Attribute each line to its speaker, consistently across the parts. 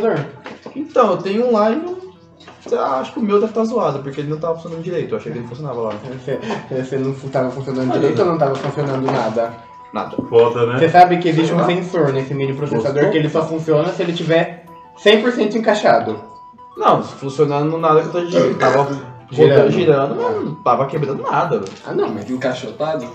Speaker 1: computador.
Speaker 2: Então, eu tenho um lá e não. sei lá, acho que o meu deve estar zoado, porque ele não tava funcionando direito. Eu achei que ele funcionava lá.
Speaker 1: Você, você não fu- tava funcionando
Speaker 2: Olha.
Speaker 1: direito ou não tava funcionando nada?
Speaker 2: Nada.
Speaker 3: Foda, né?
Speaker 1: Você sabe que existe um
Speaker 2: Sei
Speaker 1: sensor nesse mini processador
Speaker 3: Gostou?
Speaker 1: que ele só funciona se ele tiver 100% encaixado.
Speaker 2: Não, funcionando nada que eu tô girando. Tava
Speaker 1: Girando.
Speaker 2: girando, girando mas não tava quebrando nada, velho.
Speaker 1: Ah, não, mas
Speaker 4: Encaixotado?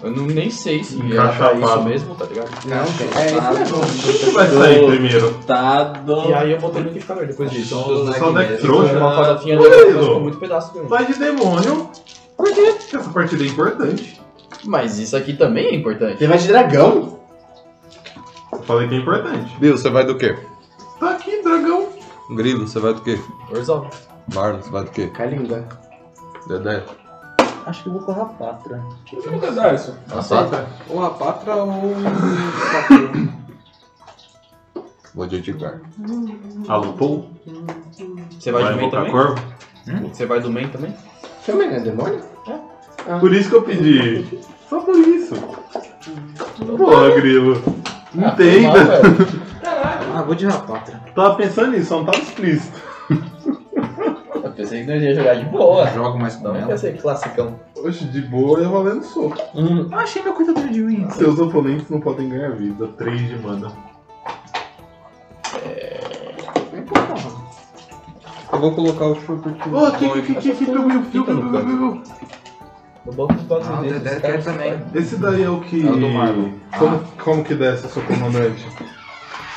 Speaker 2: Eu não, nem sei se era
Speaker 3: Encaixava.
Speaker 2: pra isso mesmo, tá ligado?
Speaker 1: não, tem- é isso mesmo.
Speaker 3: Quem que vai sair primeiro?
Speaker 4: Encaixotado.
Speaker 2: E aí eu botei no liquidificador depois disso.
Speaker 3: Só-
Speaker 4: Soneca
Speaker 3: só o Neck
Speaker 4: mesmo.
Speaker 3: Trouxa.
Speaker 2: Uma farofinha
Speaker 3: Murilo!
Speaker 2: dela ficou muito pedaço grande.
Speaker 3: Vai de demônio. Por quê? Porque essa partida é importante.
Speaker 2: Mas isso aqui também é importante.
Speaker 1: Você vai de dragão?
Speaker 3: Eu falei que é importante.
Speaker 5: Bill, você vai do quê?
Speaker 3: Tá aqui, dragão.
Speaker 5: Grilo, você vai do quê?
Speaker 2: Orzal.
Speaker 5: Marlon, você vai do quê?
Speaker 1: Calinda.
Speaker 5: Dedé?
Speaker 4: Acho que eu vou com a Rapatra.
Speaker 3: Aceita.
Speaker 4: Ou a Patra ou. Saturno.
Speaker 5: Vou de Edgar.
Speaker 3: Alupou?
Speaker 2: Você vai, do meio
Speaker 3: invocar
Speaker 2: também?
Speaker 3: corvo?
Speaker 2: Você vai do meio também?
Speaker 1: Você também não é demônio?
Speaker 3: Por isso que eu pedi. Só por isso. Porra, grilo.
Speaker 1: Não,
Speaker 3: Entenda.
Speaker 1: velho.
Speaker 4: Ah, vou de Rapatra.
Speaker 3: Tava pensando nisso, só não tava explícito.
Speaker 2: Eu pensei que nós ia jogar de boa.
Speaker 4: Jogo mais com
Speaker 2: Não
Speaker 4: ela.
Speaker 2: ia ser classicão.
Speaker 3: Oxe, de boa eu valendo soco.
Speaker 4: Hum, eu achei meu cuidador de ruim.
Speaker 3: Seus oponentes não podem ganhar vida. 3 de mana.
Speaker 4: Eu vou colocar o Trooper que.
Speaker 3: Ô, que, que, que, que, piu, piu, piu, piu, piu, piu, piu.
Speaker 2: No banco de todos
Speaker 4: Ah, o
Speaker 2: os
Speaker 4: Dedé
Speaker 2: dedos.
Speaker 4: quer também.
Speaker 3: Esse daí é o que.
Speaker 4: É o do Marlon.
Speaker 3: Como, como que desce o seu comandante?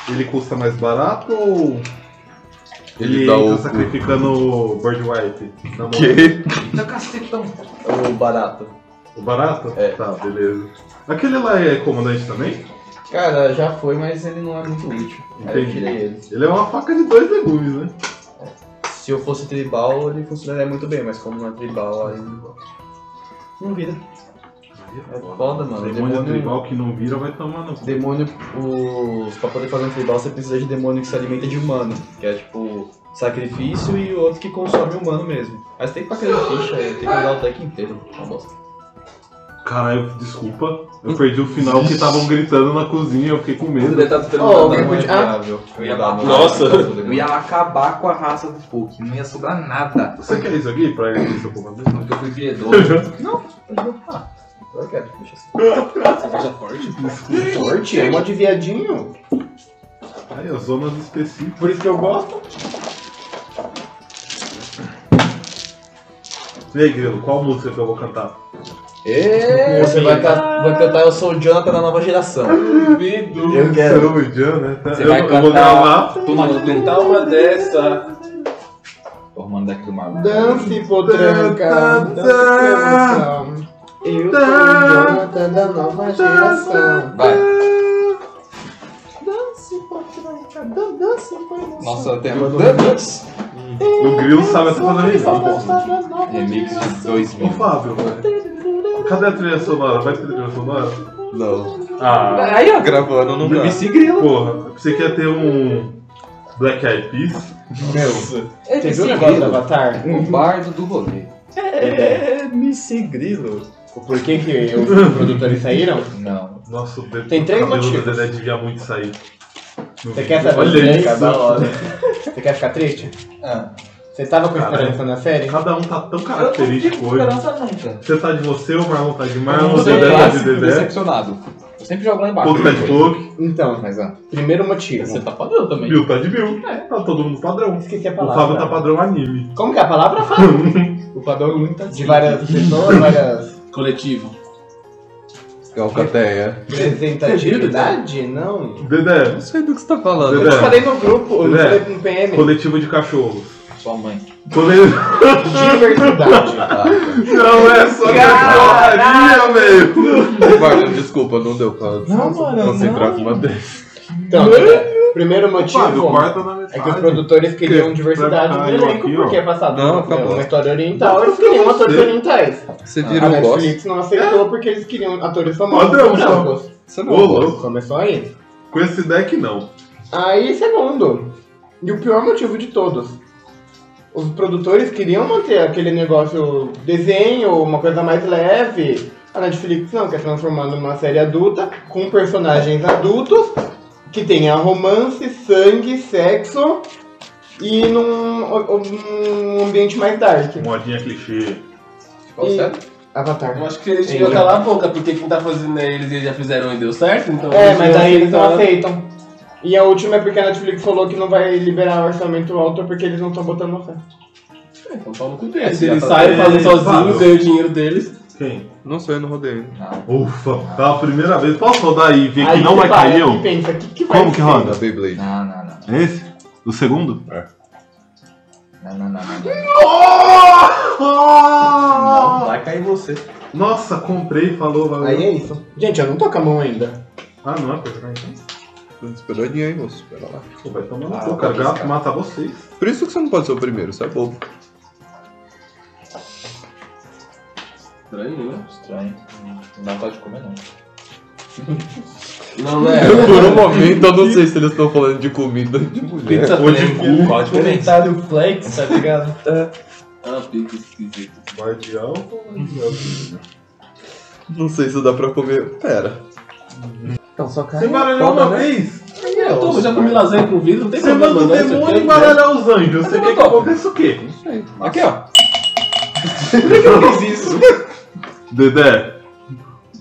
Speaker 3: Ele custa mais barato ou.
Speaker 5: Ele
Speaker 3: Ele,
Speaker 5: dá
Speaker 3: tá
Speaker 5: o-
Speaker 3: sacrificando o Bird Wipe na mão?
Speaker 5: Que?
Speaker 4: Tá cacetão.
Speaker 2: É O barato.
Speaker 3: O barato?
Speaker 2: É.
Speaker 3: Tá, beleza. Aquele lá é comandante também?
Speaker 2: Cara, já foi, mas ele não é muito útil. Aí eu
Speaker 3: Entendi.
Speaker 2: tirei ele.
Speaker 3: Ele é uma faca de dois legumes, né?
Speaker 2: Se eu fosse tribal, ele funcionaria muito bem, mas como não é tribal, aí. Não vira. É foda, mano.
Speaker 3: Demônio,
Speaker 2: Demônio-
Speaker 3: tribal que não vira vai tomar no cu.
Speaker 2: Demônio, os... pra poder fazer um tribal, você precisa de demônio que se alimenta de humano, que é tipo sacrifício e outro que consome humano mesmo. Mas tem que pra criar ficha, tem que mudar o deck inteiro. É Uma bosta.
Speaker 3: Caralho, desculpa. Eu perdi o final que estavam gritando na cozinha, eu fiquei com
Speaker 4: O
Speaker 3: medo.
Speaker 4: Dedé tá tentando
Speaker 1: Ó,
Speaker 4: matar
Speaker 1: alguém
Speaker 4: nós.
Speaker 1: podia- ah,
Speaker 2: é viável. tipo,
Speaker 4: eu ia
Speaker 2: Mudar
Speaker 4: matar.
Speaker 2: o nome,
Speaker 4: Nossa.
Speaker 2: mudar tudo,
Speaker 4: Eu ia acabar com a raça do Hulk, não ia sobrar nada.
Speaker 3: Você quer isso aqui pra erguer seu comandante?
Speaker 4: Porque eu fui piedoso.
Speaker 2: Ah, eu quero, deixa assim.
Speaker 4: Você veja forte?
Speaker 1: Forte, é mó de viadinho.
Speaker 3: Aí, as zonas específicas.
Speaker 1: Por isso que eu gosto.
Speaker 3: E aí, Grilo, qual música que eu vou cantar?
Speaker 2: Você vai,
Speaker 1: tá-
Speaker 2: ca- vai cantar Eu Sou o Jonathan da nova geração.
Speaker 4: Duvido.
Speaker 1: Eu quero.
Speaker 3: Seu Jean, né? Tá-
Speaker 4: Você
Speaker 3: Eu,
Speaker 4: vai
Speaker 3: eu vou
Speaker 4: cantar-
Speaker 3: gravar.
Speaker 4: Toma, então vou tentar uma dessa. Tô arrumando daqui do Marlon.
Speaker 1: Dance, potranca.
Speaker 3: Tan, tan,
Speaker 1: Dance, potranca. Eu sou o Jonathan da nova geração.
Speaker 4: Vai.
Speaker 1: Dance, potranca. Dan- Dance, potranca.
Speaker 4: Nossa, tema do Remix.
Speaker 3: O Grilo sabe essa toda resposta.
Speaker 4: Remix 2000.
Speaker 3: Ô, Fábio, cadê a trilha sonora? Vai ter trilha sonora?
Speaker 5: Não.
Speaker 3: Ah,
Speaker 4: Aí, ó.
Speaker 5: Tá Gravando não dá.
Speaker 4: MC Grilo.
Speaker 3: porra. Você quer ter um Black Eyed Peas?
Speaker 1: Meu, você viu o negócio do Avatar?
Speaker 4: O bardo do rolê.
Speaker 2: É, MC Grilo.
Speaker 1: Por que que os produtores saíram?
Speaker 4: Não.
Speaker 3: Nossa, o dedo
Speaker 1: Tem três
Speaker 3: o cabelo
Speaker 1: motivos.
Speaker 3: do Dedé devia muito sair.
Speaker 1: Você quer saber os
Speaker 3: Olha
Speaker 1: três?
Speaker 3: isso.
Speaker 1: Da hora. Você quer ficar triste?
Speaker 4: Ah,
Speaker 1: Você tava com
Speaker 3: Caralho.
Speaker 1: esperança na série?
Speaker 3: Cada um tá tão
Speaker 4: eu não
Speaker 3: característico
Speaker 4: tive
Speaker 3: hoje.
Speaker 4: esperança nunca.
Speaker 3: Você tá de você, o Marlon tá de
Speaker 4: Eu
Speaker 3: Marlon, o
Speaker 4: sou
Speaker 3: Dedé tá de
Speaker 4: clássico
Speaker 3: Dedé,
Speaker 4: decepcionado. Eu sempre jogo lá
Speaker 3: o
Speaker 4: embaixo.
Speaker 3: Pouco tá de Pouco,
Speaker 1: Então,
Speaker 4: Mas, ah,
Speaker 1: primeiro motivo.
Speaker 2: Você tá pagando também.
Speaker 3: Bill tá de Bill. Tá todo mundo padrão.
Speaker 1: Esqueci a
Speaker 3: O Fábio tá
Speaker 1: palavra.
Speaker 3: padrão anime.
Speaker 1: Como que é a palavra, Fábio?
Speaker 2: O padrão é muito tá
Speaker 1: De várias pessoas, várias...
Speaker 4: coletivo.
Speaker 5: Calcateia.
Speaker 1: Representatividade? Não.
Speaker 3: Dedé,
Speaker 5: Não sei do que você tá falando.
Speaker 1: Eu te
Speaker 3: Dedé.
Speaker 1: falei no grupo, eu te
Speaker 3: Zé.
Speaker 1: falei no PM.
Speaker 3: coletivo de cachorros.
Speaker 4: Sua mãe.
Speaker 3: Coletivo...
Speaker 1: Diversidade.
Speaker 3: Não é só cachorraria, velho.
Speaker 5: Marlon, desculpa, não deu pra
Speaker 1: Não, mano,
Speaker 5: concentrar
Speaker 1: não.
Speaker 5: com uma dessas.
Speaker 1: Então, primeiro
Speaker 3: Fábio,
Speaker 1: motivo
Speaker 3: corta na metade.
Speaker 1: é que os produtores queriam diversidade
Speaker 3: ficar
Speaker 1: no
Speaker 3: eu
Speaker 1: elenco,
Speaker 3: aqui, ó.
Speaker 1: porque é passado
Speaker 5: Não,
Speaker 1: uma,
Speaker 5: acabou.
Speaker 1: uma história oriental, eles queriam atores
Speaker 3: sei. É.
Speaker 1: orientais.
Speaker 5: Você
Speaker 1: a
Speaker 5: virou um boss?
Speaker 1: Netflix não aceitou porque eles queriam atores famosos
Speaker 3: Padrão,
Speaker 1: brancos.
Speaker 5: Você
Speaker 3: Ô,
Speaker 5: não é um boss.
Speaker 3: louco.
Speaker 1: Começou aí.
Speaker 3: Com esse deck, não.
Speaker 1: Aí, segundo, e o pior motivo de todos. Os produtores queriam manter aquele negócio desenho, uma coisa mais é leve. A Netflix não, quer transformar numa série adulta, com personagens adultos, que tenha romance, sangue, sexo e num um ambiente mais dark.
Speaker 3: Modinha clichê.
Speaker 2: Qual
Speaker 1: E-
Speaker 2: certo?
Speaker 1: Avatar.
Speaker 6: Eu acho que eles tinham que calar a boca, porque quem tá fazendo é eles e eles já fizeram e deu certo, então.
Speaker 1: É,
Speaker 6: eles
Speaker 1: mas
Speaker 6: iam
Speaker 1: aí eles não
Speaker 6: aceitar.
Speaker 1: aceitam. E a última é porque a Netflix falou que não vai liberar o orçamento alto porque eles não estão botando fé.
Speaker 6: Então pau no cu deles.
Speaker 2: Esse já
Speaker 6: Eles
Speaker 2: tá-
Speaker 6: saem, fazem
Speaker 3: Eles
Speaker 6: sozinhos,
Speaker 3: pagam.
Speaker 6: ganham o dinheiro deles.
Speaker 3: Quem?
Speaker 5: Não sei, eu não rodei ainda.
Speaker 3: Ufa, tá a primeira vez. Posso rodar aí e ver
Speaker 1: Aí
Speaker 3: que não
Speaker 1: você
Speaker 3: vai cair
Speaker 1: e
Speaker 3: um?
Speaker 1: pensa, que que vai
Speaker 3: Como que
Speaker 1: ser?
Speaker 3: roda?
Speaker 5: Da Beyblade.
Speaker 4: Não, não, não.
Speaker 3: É esse? O segundo?
Speaker 1: É.
Speaker 4: Não, não, não, não. não.
Speaker 6: Ah.
Speaker 2: Não,
Speaker 3: Nossa,
Speaker 2: vai cair você.
Speaker 3: Ah! Nossa, comprei, falou, valeu.
Speaker 1: Aí é isso. Gente, eu não tô com a mão ainda.
Speaker 3: Ah, não é pra jogar então?
Speaker 5: Esperadinha aí, moço. Espera lá.
Speaker 3: Pô, vai tomar no
Speaker 2: Ah,
Speaker 3: cu, cara.
Speaker 2: vai
Speaker 3: Gato
Speaker 2: piscar.
Speaker 3: mata vocês.
Speaker 5: Por isso que você não pode ser o primeiro, você é bobo.
Speaker 6: Estranho, né?
Speaker 4: Estranho. Não dá vontade de comer, não.
Speaker 6: Não, não é.
Speaker 5: Por um momento eu não sei se eles estão falando de comida ou de mulher.
Speaker 2: é
Speaker 6: Pizza
Speaker 3: Ou de
Speaker 6: flex.
Speaker 3: cu.
Speaker 6: Qual a diferença?
Speaker 2: Comentário flex, tá ligado?
Speaker 6: Ah, pica esquisito.
Speaker 3: Vai de álcool, vai de álcool.
Speaker 5: Não sei se dá pra comer. Pera.
Speaker 1: Então só
Speaker 3: Você
Speaker 1: cai.
Speaker 3: embaralhou
Speaker 2: né?
Speaker 3: uma vez?
Speaker 6: Eu tô- eu já comi lasanha com vidro, não tem
Speaker 3: Você
Speaker 6: problema,
Speaker 3: manda o
Speaker 2: né?
Speaker 6: não. isso
Speaker 3: demônio
Speaker 6: aqui é-
Speaker 3: embaralhar os anjos. Você
Speaker 6: Mas
Speaker 3: quer que
Speaker 6: eu tô.
Speaker 3: aconteça o quê?
Speaker 4: Aqui, ó.
Speaker 3: Dedé,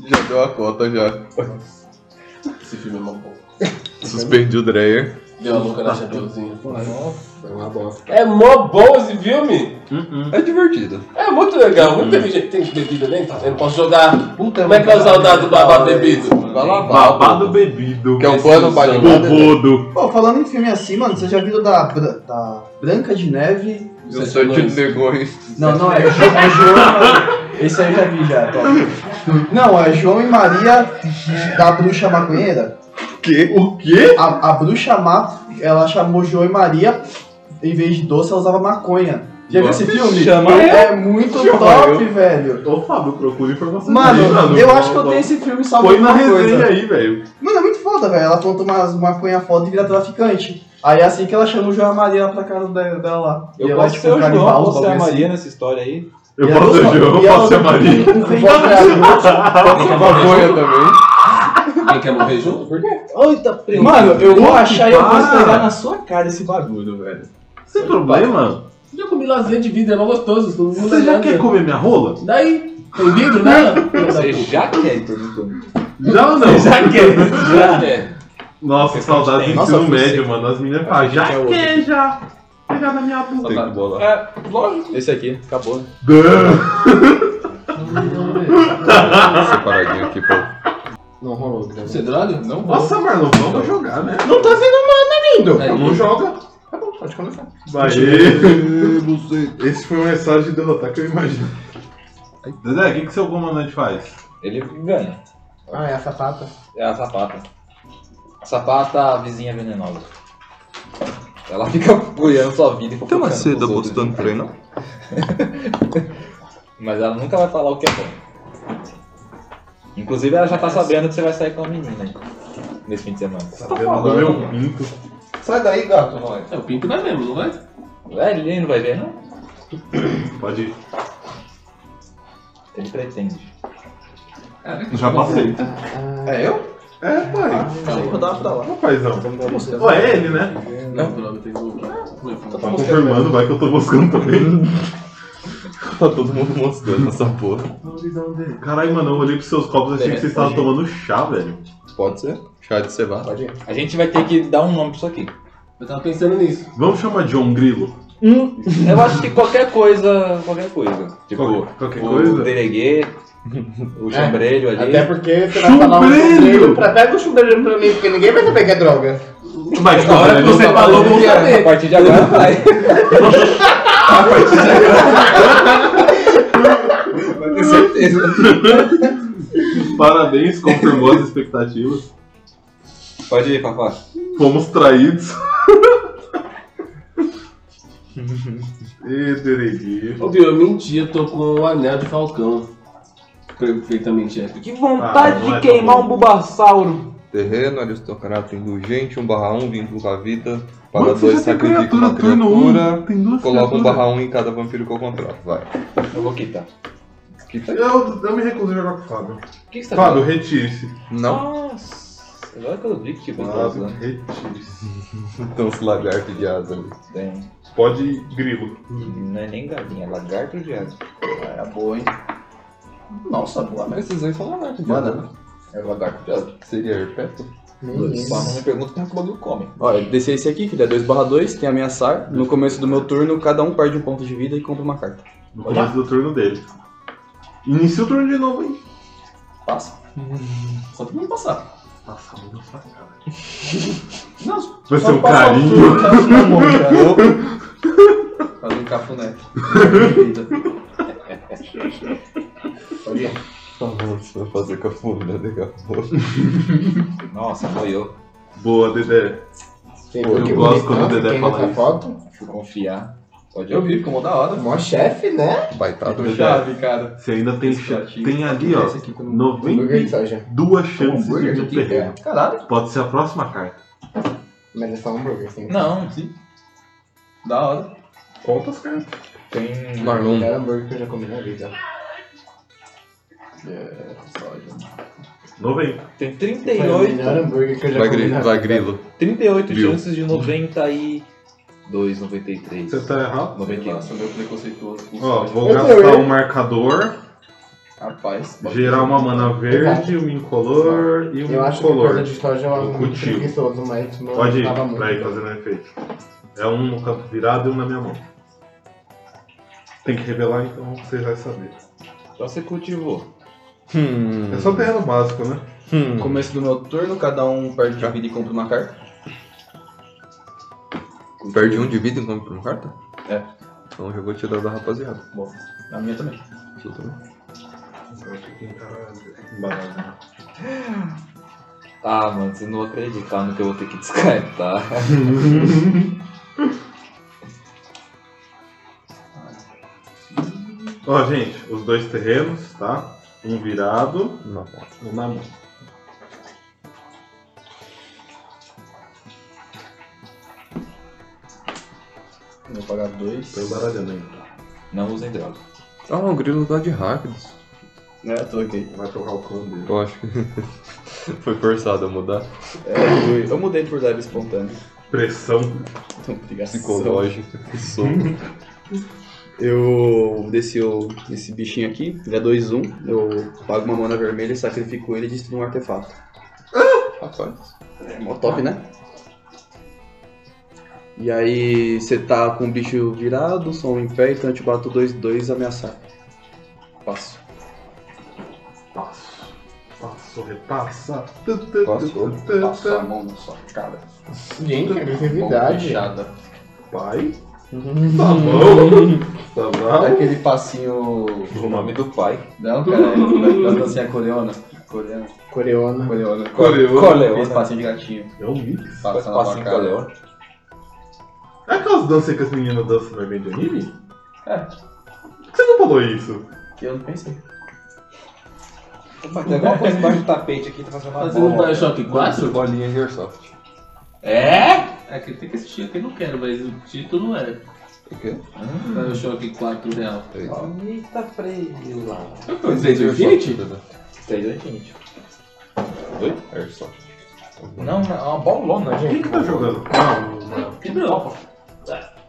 Speaker 5: Já deu a cota, já.
Speaker 6: Esse filme é uma boa.
Speaker 5: Suspendi o Dreyer.
Speaker 6: Deu a louca na Chapeuzinho.
Speaker 1: Foi uma bosta.
Speaker 6: É mó bom esse filme!
Speaker 5: É divertido.
Speaker 6: É muito legal, muito gente tem bebida dentro. Eu não posso jogar.
Speaker 2: Puta,
Speaker 6: Como é que é o saudade do babá bebido?
Speaker 5: Vai lá,
Speaker 3: babado bebido.
Speaker 5: Que é um pano banho.
Speaker 3: Bobodo.
Speaker 2: Pô, falando em filme assim, mano, você já viu da, Bra- da Branca de Neve?
Speaker 5: Eu sou de negões.
Speaker 2: Não, não é. É João. Esse aí eu já vi já, top.
Speaker 4: Hum.
Speaker 2: Não, é João e Maria da bruxa maconheira.
Speaker 5: Que?
Speaker 3: O quê?
Speaker 2: A, a bruxa má, ela chamou João e Maria, em vez de doce, ela usava maconha. Já viu esse filme?
Speaker 5: Chama
Speaker 2: é muito
Speaker 5: Chama
Speaker 2: top, velho.
Speaker 3: Ô, Fábio, procura informação. disso,
Speaker 2: Mano, eu acho que eu
Speaker 3: Não,
Speaker 2: tenho esse filme salvo
Speaker 3: Põe na
Speaker 2: alguma
Speaker 3: resenha
Speaker 2: coisa.
Speaker 3: aí, velho.
Speaker 2: Mano, é muito foda, velho. Ela planta umas maconha foda e vira traficante. Aí é assim que ela chama o João e a Maria lá pra casa dela dela lá. E
Speaker 4: Eu
Speaker 2: ela,
Speaker 4: posso
Speaker 2: tipo,
Speaker 4: ser o
Speaker 2: canibal,
Speaker 4: João,
Speaker 2: uns
Speaker 4: posso ser a
Speaker 2: bagulho assim.
Speaker 4: Maria nessa história aí.
Speaker 3: Eu
Speaker 2: E
Speaker 3: posso ser
Speaker 2: ela-
Speaker 3: o João,
Speaker 2: e
Speaker 3: eu
Speaker 2: ela
Speaker 3: posso ser a
Speaker 2: usa
Speaker 3: Maria.
Speaker 2: um- um ventilador.
Speaker 5: Maconha também.
Speaker 6: Quem quer morrer junto? Por quê?
Speaker 4: Eita, prego.
Speaker 2: Mano, eu é vou achar e eu vou
Speaker 3: Para.
Speaker 2: esfregar na...
Speaker 4: na sua cara esse bagulho, velho.
Speaker 3: Sem problema.
Speaker 6: Já comi lasanha de vidro, é mó gostoso. Não muda
Speaker 3: Você já
Speaker 6: nada.
Speaker 3: quer comer minha rola?
Speaker 6: Daí, com vidro, né?
Speaker 4: Você já quer, perguntando.
Speaker 3: Já ou não?
Speaker 4: Já quer, já.
Speaker 6: É.
Speaker 3: Nossa, saudades do
Speaker 4: Nossa,
Speaker 3: ensino
Speaker 4: foi assim.
Speaker 3: médio, mano. As meninas falam, já
Speaker 4: é outro.
Speaker 3: que já. Pegar na minha bunda.
Speaker 5: Tem que bolar.
Speaker 4: É, lógico. Esse aqui, acabou.
Speaker 3: Duh.
Speaker 5: Separadinho aqui, pô.
Speaker 1: Não rolou, Guilherme.
Speaker 6: Você droga? Não vou.
Speaker 3: Nossa, Marlon, vamos jogar, né?
Speaker 1: Não tá sendo humano ainda.
Speaker 6: É.
Speaker 3: Não joga.
Speaker 1: Tá bom, pode começar.
Speaker 3: Vai. Esse foi um estágio de derrotar que eu imagino. Dedé, o que, que seu comandante faz?
Speaker 4: Ele ganha.
Speaker 1: Ah, é a sapata.
Speaker 4: É a sapata. A sapata, a vizinha venenosa. Ela fica boiando sua vida e
Speaker 5: Tem uma
Speaker 4: fofocando
Speaker 5: seda
Speaker 4: pros outros.
Speaker 5: postando pra aí, não?
Speaker 4: Mas ela nunca vai falar o que é bom. Inclusive, ela já tá sabendo que você vai sair com a menina aí. Nesse fim de semana.
Speaker 3: Sabendo do meu pinto.
Speaker 5: Sai daí, gato, vai.
Speaker 6: É, o pinto vai mesmo, não vai?
Speaker 4: É, ele não vai ver, não?
Speaker 3: Pode ir.
Speaker 4: Ele pretende.
Speaker 3: Já passei.
Speaker 4: Ah.
Speaker 2: É eu?
Speaker 3: É, pai.
Speaker 2: Não, eu rodava pra lá.
Speaker 3: Ô, paizão. Pô, é ele, né?
Speaker 6: Não, droga, tem que voltar.
Speaker 3: Tá confirmando, vai que eu tô buscando também.
Speaker 5: Tá todo mundo mostrando essa porra.
Speaker 3: Caralho, mano, eu olhei pros seus copos e achei que vocês estavam tomando chá, velho.
Speaker 5: Pode ser? Chá de cevada.
Speaker 1: Pode ir.
Speaker 4: A gente vai ter que dar um nome pra isso aqui.
Speaker 6: Eu tava pensando nisso.
Speaker 3: Vamos chamar de John Grilo?
Speaker 4: Eu acho que qualquer coisa. Qualquer coisa. Tipo,
Speaker 3: Qualquer- qualquer
Speaker 4: o
Speaker 3: coisa?
Speaker 4: Dereguê,
Speaker 6: É,
Speaker 4: o chambrelho ali.
Speaker 1: Até porque você vai falar um
Speaker 3: Chumbreiro!
Speaker 1: chumbreiro pra pega o chumbreiro pra mim, porque ninguém vai saber que é droga.
Speaker 3: Vai,
Speaker 4: Na hora que
Speaker 3: velho.
Speaker 4: você falou,
Speaker 6: vamos
Speaker 4: que
Speaker 6: saber.
Speaker 4: A partir de agora vai. Vai ter certeza.
Speaker 3: Parabéns, confirmou as expectativas.
Speaker 4: Pode ir, Fafá.
Speaker 3: Fomos traídos. Ê, Deregui.
Speaker 6: Ô, Bill, eu menti, eu tô com o anel de falcão. Perfeitamente épico.
Speaker 4: Que
Speaker 3: vontade Ah, não de é tão queimar bom. um
Speaker 4: bubassauro.
Speaker 5: Terreno, aristocrata indulgente, 1 barra 1, vínculo com a vida. Para
Speaker 3: Mano,
Speaker 5: dois,
Speaker 3: você já tem
Speaker 5: sacrifica
Speaker 3: criatura,
Speaker 5: uma
Speaker 3: turno 1.
Speaker 5: criatura. um.
Speaker 3: Tem duas
Speaker 5: Coloca um
Speaker 3: criaturas.
Speaker 5: barra 1 em cada vampiro que eu contrato. Vai.
Speaker 4: Eu vou quitar.
Speaker 3: Eu, eu me recuso a jogar com o Fábio.
Speaker 4: O que, que você tá
Speaker 3: Fábio, retire-se.
Speaker 5: Não?
Speaker 4: Nossa. Agora que eu vi que tipo, ele tá
Speaker 3: Claro,
Speaker 4: usando.
Speaker 3: retiros.
Speaker 5: Então, os lagartos de asa ali.
Speaker 4: Tem.
Speaker 3: Pode grilo.
Speaker 4: Não é nem galinha, é lagarto de asa.
Speaker 2: Era Ah, é boa, hein? Nossa, boa, né?
Speaker 5: Mas esses aí são lagartos de asa.
Speaker 2: Banana. É o lagarto de asa.
Speaker 5: né? Seria herpeto?
Speaker 4: O Barman me pergunta como é que o bagulho come.
Speaker 7: Olha, descer esse aqui, filho. É 2 barra 2, tem ameaçar. No começo do meu turno, cada um perde um ponto de vida e compra uma carta.
Speaker 3: No começo do turno dele. Inicia o turno de novo, hein?
Speaker 2: Passa. Só pra não passar.
Speaker 3: Nossa, mano, sacada.
Speaker 2: Não,
Speaker 3: Vai
Speaker 2: só
Speaker 3: ser um
Speaker 2: passa o
Speaker 3: carinho.
Speaker 2: turno, cara, tá bom, cara. Fazer um cafuné. Pode ir.
Speaker 5: Nossa, vai fazer com a funda daqui a pouco.
Speaker 4: Nossa, apoiou.
Speaker 3: Boa, Dedé.
Speaker 1: Você
Speaker 3: Pô,
Speaker 1: viu
Speaker 3: eu
Speaker 1: que
Speaker 3: gosto
Speaker 1: bonitão
Speaker 3: quando o Dedé
Speaker 1: que tem
Speaker 3: fala
Speaker 1: nessa
Speaker 3: isso.
Speaker 1: foto?
Speaker 4: Fui confiar. Pode
Speaker 2: Eu
Speaker 4: ir.
Speaker 2: vi, ficou mó da hora.
Speaker 1: Mó chefe, né?
Speaker 5: Baitado.
Speaker 2: Ficou Tá chave, cara.
Speaker 3: Você ainda tem,
Speaker 2: Esse
Speaker 3: cha-
Speaker 2: pratinho.
Speaker 3: tem ali, ó,
Speaker 2: Esse aqui com-
Speaker 1: Hambúrguer de
Speaker 3: 92
Speaker 1: soja. um
Speaker 3: chances
Speaker 2: hambúrguer
Speaker 3: de não
Speaker 2: aqui,
Speaker 3: perder.
Speaker 2: Caralho.
Speaker 3: Pode ser a próxima carta.
Speaker 1: Mas é só hambúrguer, assim.
Speaker 2: Não, sim. Da hora.
Speaker 3: Conta as cartas.
Speaker 4: Tem.
Speaker 1: É o
Speaker 5: Marlon.
Speaker 1: melhor hambúrguer que eu já comi na vida.
Speaker 2: É, sódio.
Speaker 3: 90.
Speaker 4: Tem
Speaker 1: Foi o
Speaker 4: 38.
Speaker 1: melhor hambúrguer que eu já
Speaker 5: Vai,
Speaker 1: comi
Speaker 5: gri-
Speaker 1: na
Speaker 5: vai
Speaker 1: vida.
Speaker 5: grilo.
Speaker 4: 38
Speaker 5: Viu.
Speaker 4: chances de 92, 93.
Speaker 3: Você tá errado.
Speaker 4: 91.
Speaker 2: Nossa, meu preconceituoso.
Speaker 3: Ó, vou
Speaker 1: Eu
Speaker 3: gastar
Speaker 1: também.
Speaker 3: um marcador,
Speaker 2: Rapaz.
Speaker 3: gerar uma mana verde, um incolor e
Speaker 1: Eu
Speaker 3: um
Speaker 1: acho que é coisa
Speaker 3: incolor.
Speaker 1: de soja eu
Speaker 3: Eu
Speaker 1: era muito
Speaker 3: cultivo.
Speaker 1: preguiçoso, mas não
Speaker 3: Pode ir então.
Speaker 1: tava muito.
Speaker 3: pra ir fazendo um efeito. É um no campo virado e um na minha mão. Tem que revelar, então vocês vão saber.
Speaker 4: Então você cultivou.
Speaker 5: Hum.
Speaker 3: É só terreno básico, né?
Speaker 5: Hum.
Speaker 7: No começo do meu turno, cada um perde de vida e compra uma carta.
Speaker 5: Perde um de vida e compra uma carta?
Speaker 2: É.
Speaker 5: Então eu já vou tirar da rapaziada.
Speaker 2: A minha também.
Speaker 5: Deixa eu também.
Speaker 3: Básico.
Speaker 4: Ah, mano, vocês não vão acreditar no que eu vou ter que descartar.
Speaker 3: Ó, gente, os dois terrenos, tá? Um virado,
Speaker 5: Não.
Speaker 3: um na mão.
Speaker 2: Vou pagar dois.
Speaker 3: Tô embaralhando tá? ainda.
Speaker 4: Não usem droga.
Speaker 5: Ah, o grilo dá de rápidos.
Speaker 2: É, tô ok.
Speaker 3: Vai trocar o clã dele.
Speaker 5: Eu acho que foi forçado a mudar.
Speaker 2: É, fui. Eu mudei por leve espontâneo.
Speaker 3: Pressão.
Speaker 2: Então, obrigação.
Speaker 5: Psicológico. Soco.
Speaker 7: Eu desci o, esse bichinho aqui, ele é 2-1. Eu pago uma mana vermelha, sacrifico ele e destruo um artefato.
Speaker 5: Rapaz.
Speaker 7: É mó top, né? E aí, você tá com o bicho virado, som em pé, então eu te bato 2-2 ameaçar. Passo.
Speaker 3: Passo. Passo, repassa.
Speaker 5: Passou.
Speaker 2: Passa a mão na sua cara.
Speaker 1: Gente, que agressividade. Uhum.
Speaker 2: Fechada.
Speaker 3: Pai. Tá
Speaker 5: Hum.
Speaker 3: bom. Tá
Speaker 2: Dá
Speaker 3: bravo.
Speaker 2: aquele passinho.
Speaker 4: O nome do pai.
Speaker 2: Não, cara, é da- da dancinha coreana. Coreana.
Speaker 1: Coreana.
Speaker 2: Coreana.
Speaker 3: Coreano.
Speaker 2: Coreana. Esse passinho de gatinho.
Speaker 3: É um mix.
Speaker 2: Passa na sua
Speaker 4: Passinho com
Speaker 2: cara.
Speaker 4: leão.
Speaker 3: É aquelas danças que as meninas dançam no evento de anime?
Speaker 2: É.
Speaker 3: Por que você não falou isso?
Speaker 2: Que eu não pensei.
Speaker 4: Opa, tem alguma coisa embaixo do tapete aqui, tá fazendo uma
Speaker 6: Fazendo
Speaker 2: um
Speaker 4: bola.
Speaker 6: Bioshock 4?
Speaker 5: Bolinha de airsoft.
Speaker 4: É?
Speaker 6: É que tem que assistir aqui, eu não quero, mas o título Ah, é
Speaker 5: O quê?
Speaker 6: Bioshock 4 real.
Speaker 4: Eita, freio lá.
Speaker 6: Eu tô dizendo gente?
Speaker 4: Stage Infinity.
Speaker 5: Oi?
Speaker 2: É
Speaker 5: Airsoft.
Speaker 4: Não, não, é uma bolona,
Speaker 3: Quem
Speaker 4: gente.
Speaker 3: que tá jogando? Não, não.
Speaker 6: Não.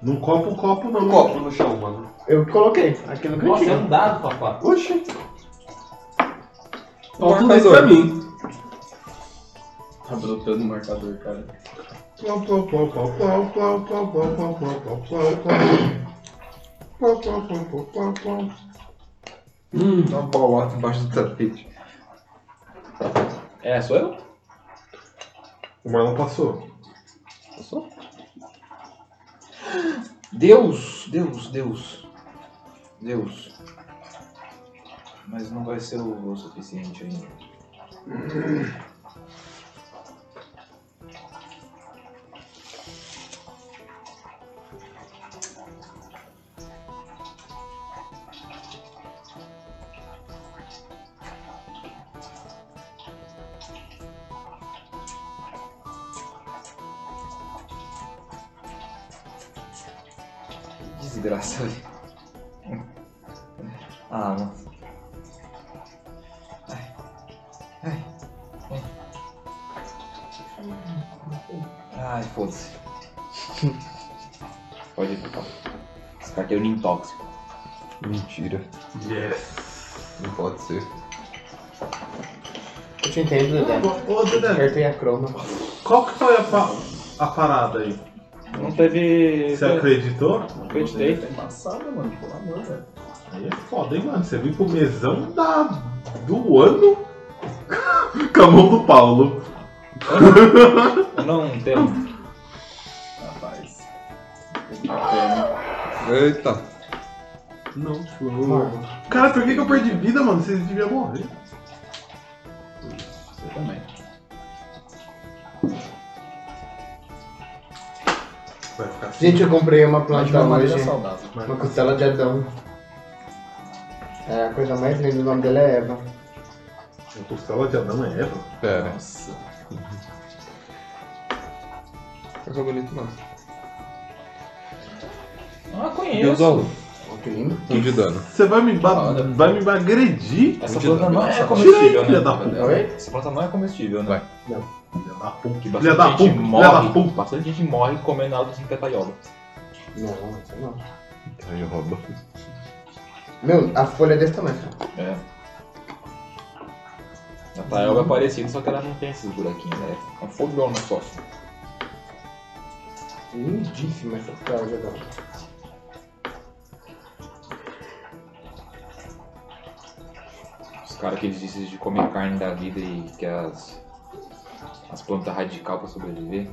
Speaker 3: Num copo, um copo, não.
Speaker 5: Copo no chão, mano.
Speaker 1: Eu coloquei aqui no
Speaker 4: Nossa, é
Speaker 1: cantinho.
Speaker 4: um dado, papá.
Speaker 5: Oxi.
Speaker 6: Falta um desse pra mim.
Speaker 2: Tá brotando o marcador, cara.
Speaker 3: Plau, plau, plau, plau, plau, plau, plau, plau, plau, plau, plau, plau, plau. Plau, plau, plau, plau, plau, plau.
Speaker 5: Dá uma paulada embaixo do tapete.
Speaker 4: É, sou eu?
Speaker 3: O Marlon passou.
Speaker 4: Passou? Deus, Deus, Deus. Deus. Mas não vai ser o o suficiente ainda. Desgraça, velho. Ah, mano. Ai. Ai. Ai. foda-se. Pode ir pra cá. Esse cara aqui é um intóxico.
Speaker 5: Mentira. Yes. Não pode ser.
Speaker 1: Eu te entendo, Dedé.
Speaker 3: Ô, Dedé,
Speaker 1: Acertei a croma.
Speaker 3: qual que foi a, pa- a parada aí?
Speaker 2: Não teve.
Speaker 3: Você acreditou?
Speaker 2: Acreditei.
Speaker 4: Tá embaçado, mano. Pelo amor, velho.
Speaker 3: Aí é foda, hein, mano? Você viu pro mesão da... do ano? Com a mão do Paulo.
Speaker 2: Não, temos.
Speaker 4: Rapaz.
Speaker 5: Eita.
Speaker 3: Não, churro. Cara, por que, que eu perdi vida, mano? Vocês deviam morrer.
Speaker 4: Você também.
Speaker 3: Vai ficar assim.
Speaker 1: Gente, eu comprei uma
Speaker 4: Mas de
Speaker 1: planta
Speaker 4: uma maneira
Speaker 1: Tá hoje.
Speaker 4: saudável.
Speaker 1: Uma costela de Adão. É, a coisa mais linda, o nome dela é Eva.
Speaker 3: A costela de Adão é Eva?
Speaker 5: Pera.
Speaker 4: Nossa. um
Speaker 5: Essa é bonito não.
Speaker 2: Ah,
Speaker 5: Deus
Speaker 2: conheço.
Speaker 5: ao
Speaker 1: Ó, que lindo.
Speaker 5: um de dano.
Speaker 3: Você vai me, ba...
Speaker 4: Olha.
Speaker 3: vai me agredir?
Speaker 4: Essa
Speaker 5: Muito
Speaker 4: planta
Speaker 5: bem.
Speaker 4: não é
Speaker 3: Tira
Speaker 4: comestível,
Speaker 3: aí,
Speaker 4: né?
Speaker 3: filha da puta.
Speaker 1: Oi?
Speaker 4: Essa planta não é comestível, né?
Speaker 5: Vai.
Speaker 3: Filha da puta.
Speaker 4: Que
Speaker 3: Filha
Speaker 4: bastante
Speaker 3: da puta.
Speaker 4: gente
Speaker 3: Filha da
Speaker 4: morre.
Speaker 3: puta.
Speaker 4: Bastante gente morre comendo algo assim é sem petaioba.
Speaker 1: Não, isso não.
Speaker 5: Aí rouba.
Speaker 1: Meu, a folha é desse tamanho. cara.
Speaker 4: É. A taioba é parecida, só que ela não tem esses buraquinhos, né? É um fogão na costa.
Speaker 1: Lindíssima essa costela de Adão.
Speaker 4: Os caras que eles dizem de comer carne da vida e que as, as plantas radical pra sobreviver.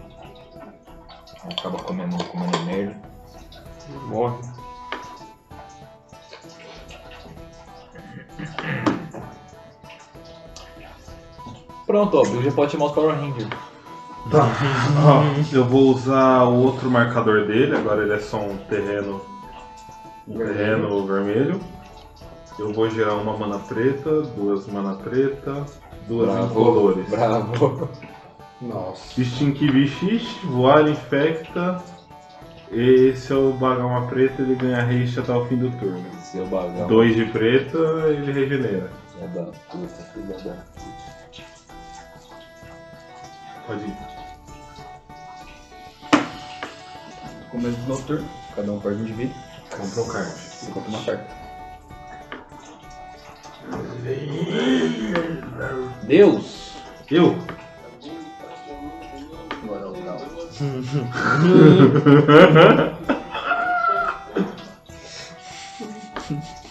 Speaker 4: Acaba comendo, comendo merda.
Speaker 2: Morre.
Speaker 4: Pronto, ó, o já pode chamar os Power Rangers.
Speaker 3: Tá. Ó,
Speaker 1: Uhum.
Speaker 3: Eu vou usar o outro marcador dele, agora ele é só um terreno. Um
Speaker 1: Vermelho.
Speaker 3: terreno vermelho. Eu vou gerar uma mana preta, duas mana preta, duas
Speaker 4: Bravo.
Speaker 3: incolores.
Speaker 4: Bravo.
Speaker 1: Nossa.
Speaker 3: Extinct Bichish, voar, infecta. E se eu bagar uma preta, ele ganha haste até o fim do turno.
Speaker 4: Seu bagão.
Speaker 3: Dois de preta, ele regenera.
Speaker 4: Filha da puta, filha da puta.
Speaker 3: Pode ir.
Speaker 4: Começo do nosso turno, cada um perde um de vida.
Speaker 3: Compra um card.
Speaker 4: Você compra uma carta. Deus!
Speaker 3: Eu?
Speaker 4: Agora o Gal.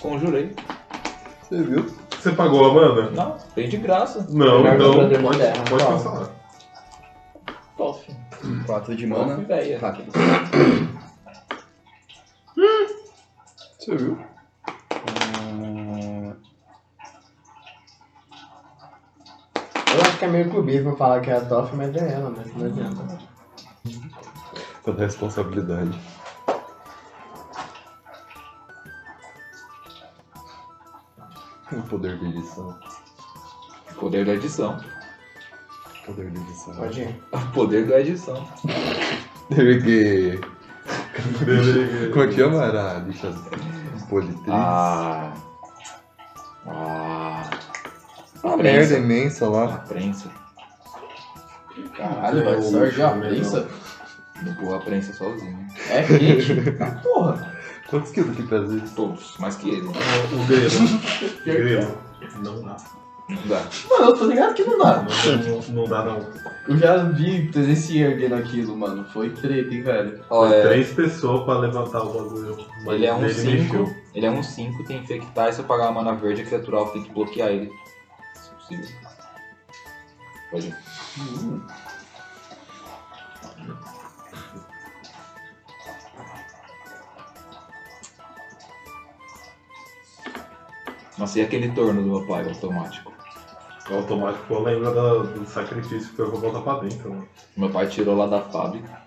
Speaker 4: Conjurei.
Speaker 5: Você viu?
Speaker 3: Você pagou a mana?
Speaker 4: Não, veio de graça.
Speaker 1: Melhor
Speaker 3: Não, então
Speaker 1: jogador da
Speaker 3: pode,
Speaker 1: terra,
Speaker 3: pode
Speaker 1: fala.
Speaker 3: cancelar.
Speaker 4: Top.
Speaker 7: 4 de
Speaker 4: Mano,
Speaker 7: mana.
Speaker 4: velho.
Speaker 5: Você viu?
Speaker 1: Eu acho que é meio clubismo falar que é a Toff, mas é ela, mas não adianta.
Speaker 5: Toda a responsabilidade. O poder de edição.
Speaker 4: Poder da edição.
Speaker 5: O poder de edição.
Speaker 1: Pode ir.
Speaker 4: Poder da edição.
Speaker 5: Teve que.
Speaker 3: Beleza.
Speaker 5: Como é que chama? Era a lixa politriz.
Speaker 4: Ah. Ah.
Speaker 5: Uma merda
Speaker 4: prensa.
Speaker 5: imensa lá.
Speaker 4: A prensa.
Speaker 6: Caralho, vai sorte já,
Speaker 3: Melhor.
Speaker 6: pensa.
Speaker 4: Empurra a prensa sozinho.
Speaker 6: É quente. Porra.
Speaker 5: Quantos quilos que pesa isso?
Speaker 4: Todos, mais que ele.
Speaker 3: O grelo. grelo. Não dá.
Speaker 4: Não dá.
Speaker 6: Mano, eu tô ligado que não dá.
Speaker 3: Não, não- não dá, não.
Speaker 6: Eu já vi presenciei alguém naquilo, mano. Foi treta, hein, velho.
Speaker 4: Ó, é,
Speaker 3: Três pessoas pra levantar o bagulho. Mas
Speaker 4: Ele é um
Speaker 3: dele
Speaker 4: 5. Ele é um 5, tem infectar, e se eu pagar uma mana verde, a criatura alta tem que bloquear ele. Se possível. Pode ir. Nossa, e aquele torno do meu pai, automático?
Speaker 3: O automático lembra da- do sacrifício que eu vou botar pra dentro. né?
Speaker 4: Meu pai tirou lá da fábrica.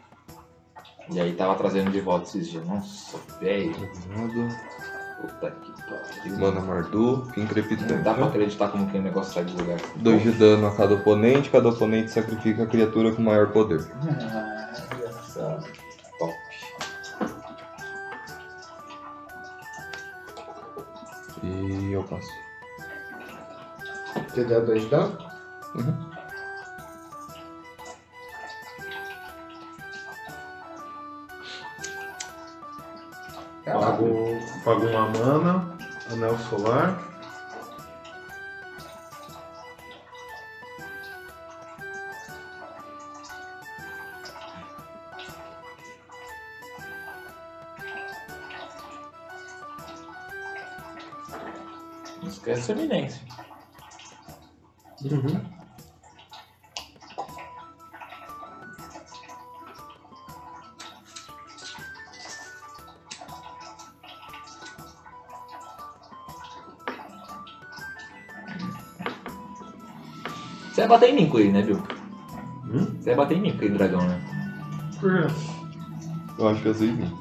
Speaker 4: E aí tava trazendo de volta esses dias. Nossa, velho. Puta que pariu.
Speaker 5: Mana é Mardu,
Speaker 4: Não dá
Speaker 5: Increpitante.
Speaker 4: pra acreditar como que o negócio sai do lugar. assim?
Speaker 5: 2 de dano a cada oponente, cada oponente sacrifica a criatura com maior poder.
Speaker 4: Nossa, Top.
Speaker 5: E eu passo.
Speaker 1: Você deu dois de dano?
Speaker 3: Pago, pago uma mana, anel solar.
Speaker 4: Não esquece o Seminense. Você vai bater em mim com ele, né, Bill?
Speaker 3: Hum?
Speaker 4: Você vai bater em mim com aquele dragão, né?
Speaker 3: Por quê?
Speaker 5: Eu acho que é assim.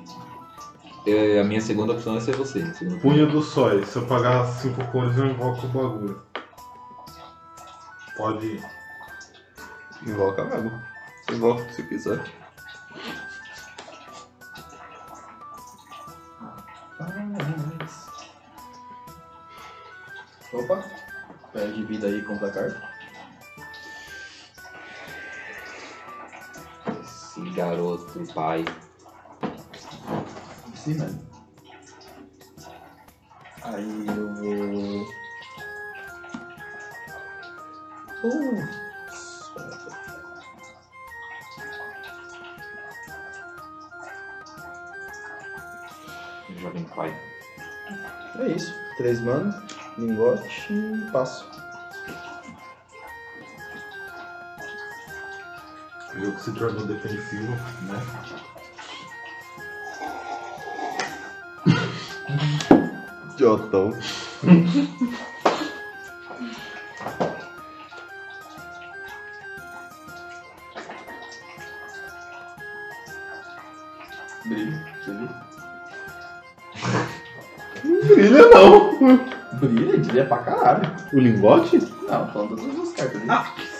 Speaker 4: É, a minha segunda opção é ser você. a segunda
Speaker 2: Hum?
Speaker 4: opção.
Speaker 3: Punho do Sóis. Se eu pagar cinco cores, eu invoco o bagulho. Pode ir.
Speaker 5: Invoca mesmo. Você invoca o que você quiser.
Speaker 2: Opa. Perde vida aí contra a carta.
Speaker 4: Esse garoto, pai.
Speaker 2: Sim, mano. Aí eu vou. Uh.
Speaker 4: Jovem pai.
Speaker 2: É isso. Três manos, lingote e passo.
Speaker 3: O jogo se tornou defensivo, né?
Speaker 5: Idiotão.
Speaker 2: Brilho, brilho. é
Speaker 3: Brilha não!
Speaker 2: Brilha, brilha pra caralho.
Speaker 3: O lingote?
Speaker 2: Não, falando todas as cartas ali.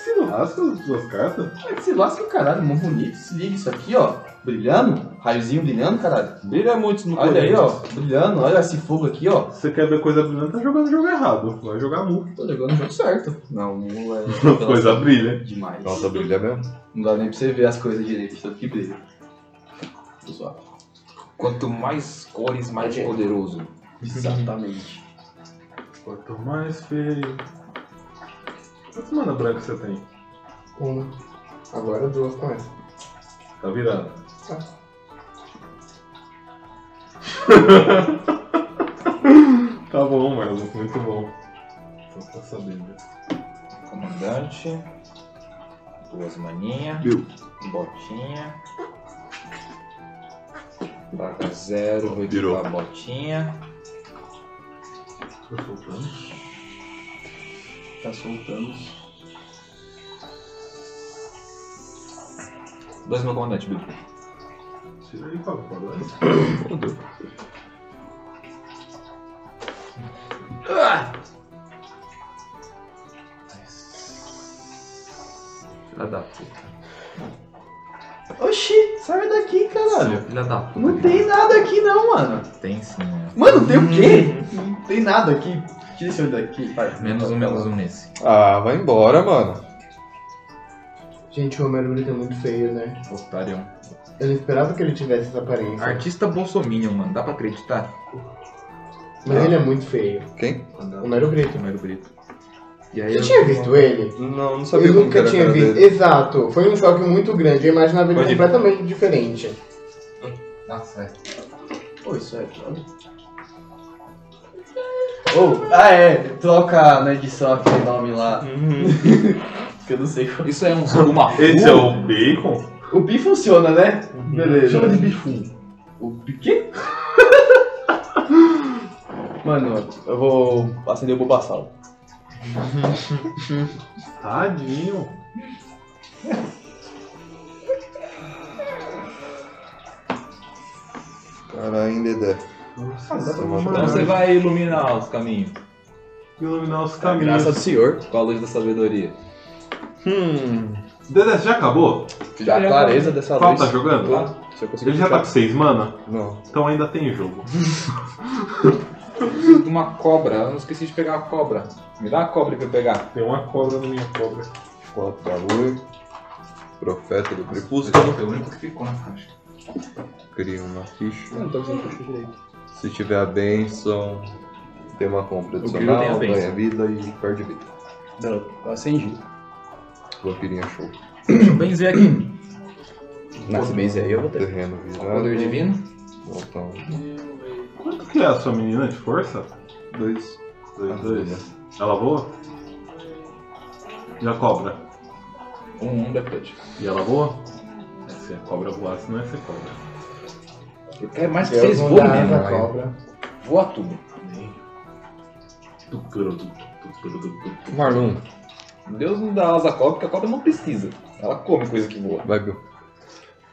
Speaker 3: Se lasca as duas cartas.
Speaker 2: Mas se lasca o caralho, mão bonito. Se liga isso aqui, ó. Brilhando. Raiozinho brilhando, caralho.
Speaker 4: Brilha muito no
Speaker 2: Olha aí, ó. Brilhando. Olha esse fogo aqui, ó.
Speaker 3: Você quer ver coisa brilhante, tá jogando jogo errado. Vai jogar mu.
Speaker 2: Tô jogando o jogo certo. Não, não é
Speaker 3: Coisa brilha.
Speaker 2: demais.
Speaker 5: Nossa, brilha mesmo.
Speaker 2: Não dá nem pra você ver as coisas direito, tanto que brilha. Tô zoado.
Speaker 4: Quanto mais cores, mais poderoso.
Speaker 2: Exatamente.
Speaker 3: Quanto então mais feio. Quantas mana branca você tem?
Speaker 1: Uma. Agora duas também.
Speaker 3: Tá virado. tá bom, Marlon. Muito bom. Então tá sabendo.
Speaker 4: Comandante. Duas maninhas. um
Speaker 5: Bill.
Speaker 4: Botinha. Placa zero, vou
Speaker 5: Virou.
Speaker 4: equipar a botinha.
Speaker 3: Tá soltando.
Speaker 2: Tá soltando.
Speaker 4: Dois meu comandante, Bill.
Speaker 3: Tira aí, Pablo. Agora
Speaker 4: Filha da puta.
Speaker 2: Oxi, sai daqui, caralho.
Speaker 4: Filha da puta.
Speaker 2: Não tem nada aqui não, mano.
Speaker 4: Tem sim, né?
Speaker 2: Mano, tem o quê? Não tem nada aqui. Tira esse olho daqui, pai.
Speaker 4: Hum. Menos um, menos um nesse.
Speaker 5: Ah, vai embora, mano.
Speaker 1: Gente, o Romero grita muito feio, né?
Speaker 4: Otarião.
Speaker 1: Eu não esperava que ele tivesse essa aparência.
Speaker 4: Artista Bolsominion, mano. Dá pra acreditar?
Speaker 1: Mas ele é muito feio.
Speaker 5: Quem?
Speaker 1: O Romero grita.
Speaker 4: Romero Brito. E aí
Speaker 1: Você
Speaker 4: eu...
Speaker 1: tinha visto ele?
Speaker 5: Não, não sabia
Speaker 1: eu
Speaker 5: como
Speaker 1: nunca
Speaker 5: que era a
Speaker 1: tinha
Speaker 5: cara
Speaker 1: visto.
Speaker 5: dele.
Speaker 1: Exato. Foi um choque muito grande. Eu imaginava ele
Speaker 5: Pode ir.
Speaker 1: completamente diferente.
Speaker 4: Nossa, é.
Speaker 2: Pô, isso é droga. Oh, ah é, troca na edição aquele nome lá.
Speaker 4: Uhum.
Speaker 2: que eu não sei qual.
Speaker 4: Isso é um surumafu.
Speaker 3: Esse é o bacon?
Speaker 2: O pi funciona, né? Beleza.
Speaker 3: Chama de bifum.
Speaker 2: O pi quê? Mano, eu vou acender o Bulbasaur.
Speaker 3: Tadinho.
Speaker 5: Caralho, Dedé.
Speaker 3: Nossa,
Speaker 5: dá pra
Speaker 3: mano.
Speaker 5: matar.
Speaker 4: Então você vai iluminar os caminhos.
Speaker 3: Iluminar os caminhos.
Speaker 2: Graças ao senhor.
Speaker 4: Com a luz da sabedoria.
Speaker 5: Hum.
Speaker 3: Dedé, você já acabou?
Speaker 7: Já a clareza dessa
Speaker 3: Fala,
Speaker 7: luz.
Speaker 3: tá jogando?
Speaker 7: Se eu conseguir
Speaker 3: Ele já tá
Speaker 7: ficar-
Speaker 3: com 6 mana?
Speaker 5: Não.
Speaker 3: Então ainda tem jogo.
Speaker 4: Preciso de uma cobra. Eu não esqueci de pegar a cobra. Me dá a cobra pra eu pegar.
Speaker 3: Tem uma cobra na minha cobra.
Speaker 5: Quatro da lua. Profeta do
Speaker 3: é
Speaker 5: crepúsculo.
Speaker 4: Foi o único que ficou na caixa.
Speaker 5: Cria uma ficha.
Speaker 2: Então,
Speaker 7: Eu Não tô conseguindo puxar direito.
Speaker 5: Se tiver a benção, tem uma compra
Speaker 8: O Grilo tem a
Speaker 5: adicional,
Speaker 8: bênção.
Speaker 5: ganha vida e perde vida.
Speaker 2: Não, eu acendi.
Speaker 5: Vampirinha show.
Speaker 8: Deixa eu benzer aqui.
Speaker 2: Nesse mês aí eu vou ter.
Speaker 5: Terreno virado. um,
Speaker 4: Poder divino?
Speaker 5: Voltão.
Speaker 3: Quanto que é a sua menina de força?
Speaker 5: Dois.
Speaker 3: Dois, dois. Ela voa? E a cobra?
Speaker 4: Um, um depois.
Speaker 3: E ela voa? É, se a cobra voasse, não ia ser cobra.
Speaker 4: É mais que
Speaker 1: Eu
Speaker 4: vocês
Speaker 1: não
Speaker 4: voam
Speaker 1: dava
Speaker 4: mesmo.
Speaker 1: cobra.
Speaker 4: Voa tudo.
Speaker 5: Marlon,
Speaker 4: Deus não dá asa à cobra porque a cobra não precisa. Ela come coisa que voa.
Speaker 5: vai, Bill.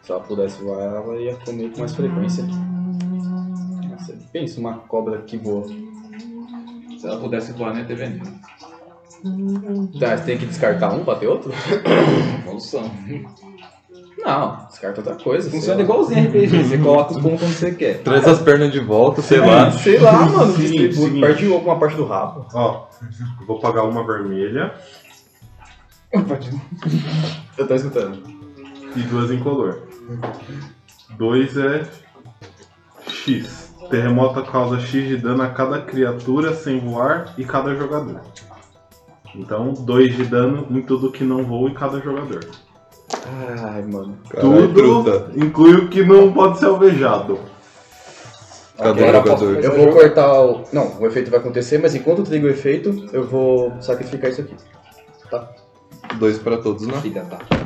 Speaker 2: Se ela pudesse voar, ela ia comer com mais frequência. Nossa, pensa uma cobra que voa.
Speaker 4: Se ela pudesse voar, não ia ter veneno.
Speaker 2: Tá, você tem que descartar um pra ter outro?
Speaker 4: Evolução.
Speaker 2: Não, descarta outra coisa. sei
Speaker 4: Funciona
Speaker 2: lá.
Speaker 4: igualzinho RPG. Você coloca os pontos onde você quer.
Speaker 5: Traz as pernas de volta, sei lá.
Speaker 2: Sei lá, mano.
Speaker 3: Sim,
Speaker 2: Distribui,
Speaker 3: sim.
Speaker 2: parte de alguma parte do rabo.
Speaker 3: Ó, eu vou pagar uma vermelha
Speaker 2: Eu tô tá escutando.
Speaker 3: e duas incolor. Dois é X. Terremoto causa X de dano a cada criatura sem voar e cada jogador. Então, dois de dano em tudo que não voa e cada jogador.
Speaker 2: Ai, mano.
Speaker 3: tudo
Speaker 5: Caralho, truta.
Speaker 3: inclui o que não pode ser alvejado.
Speaker 5: Cadê o
Speaker 2: Agora posso-
Speaker 5: jogador?
Speaker 2: Eu vou cortar o. Não, o efeito vai acontecer, mas enquanto eu trigo o efeito, eu vou sacrificar isso aqui.
Speaker 5: Dois pra todos, né?
Speaker 4: Filha da puta,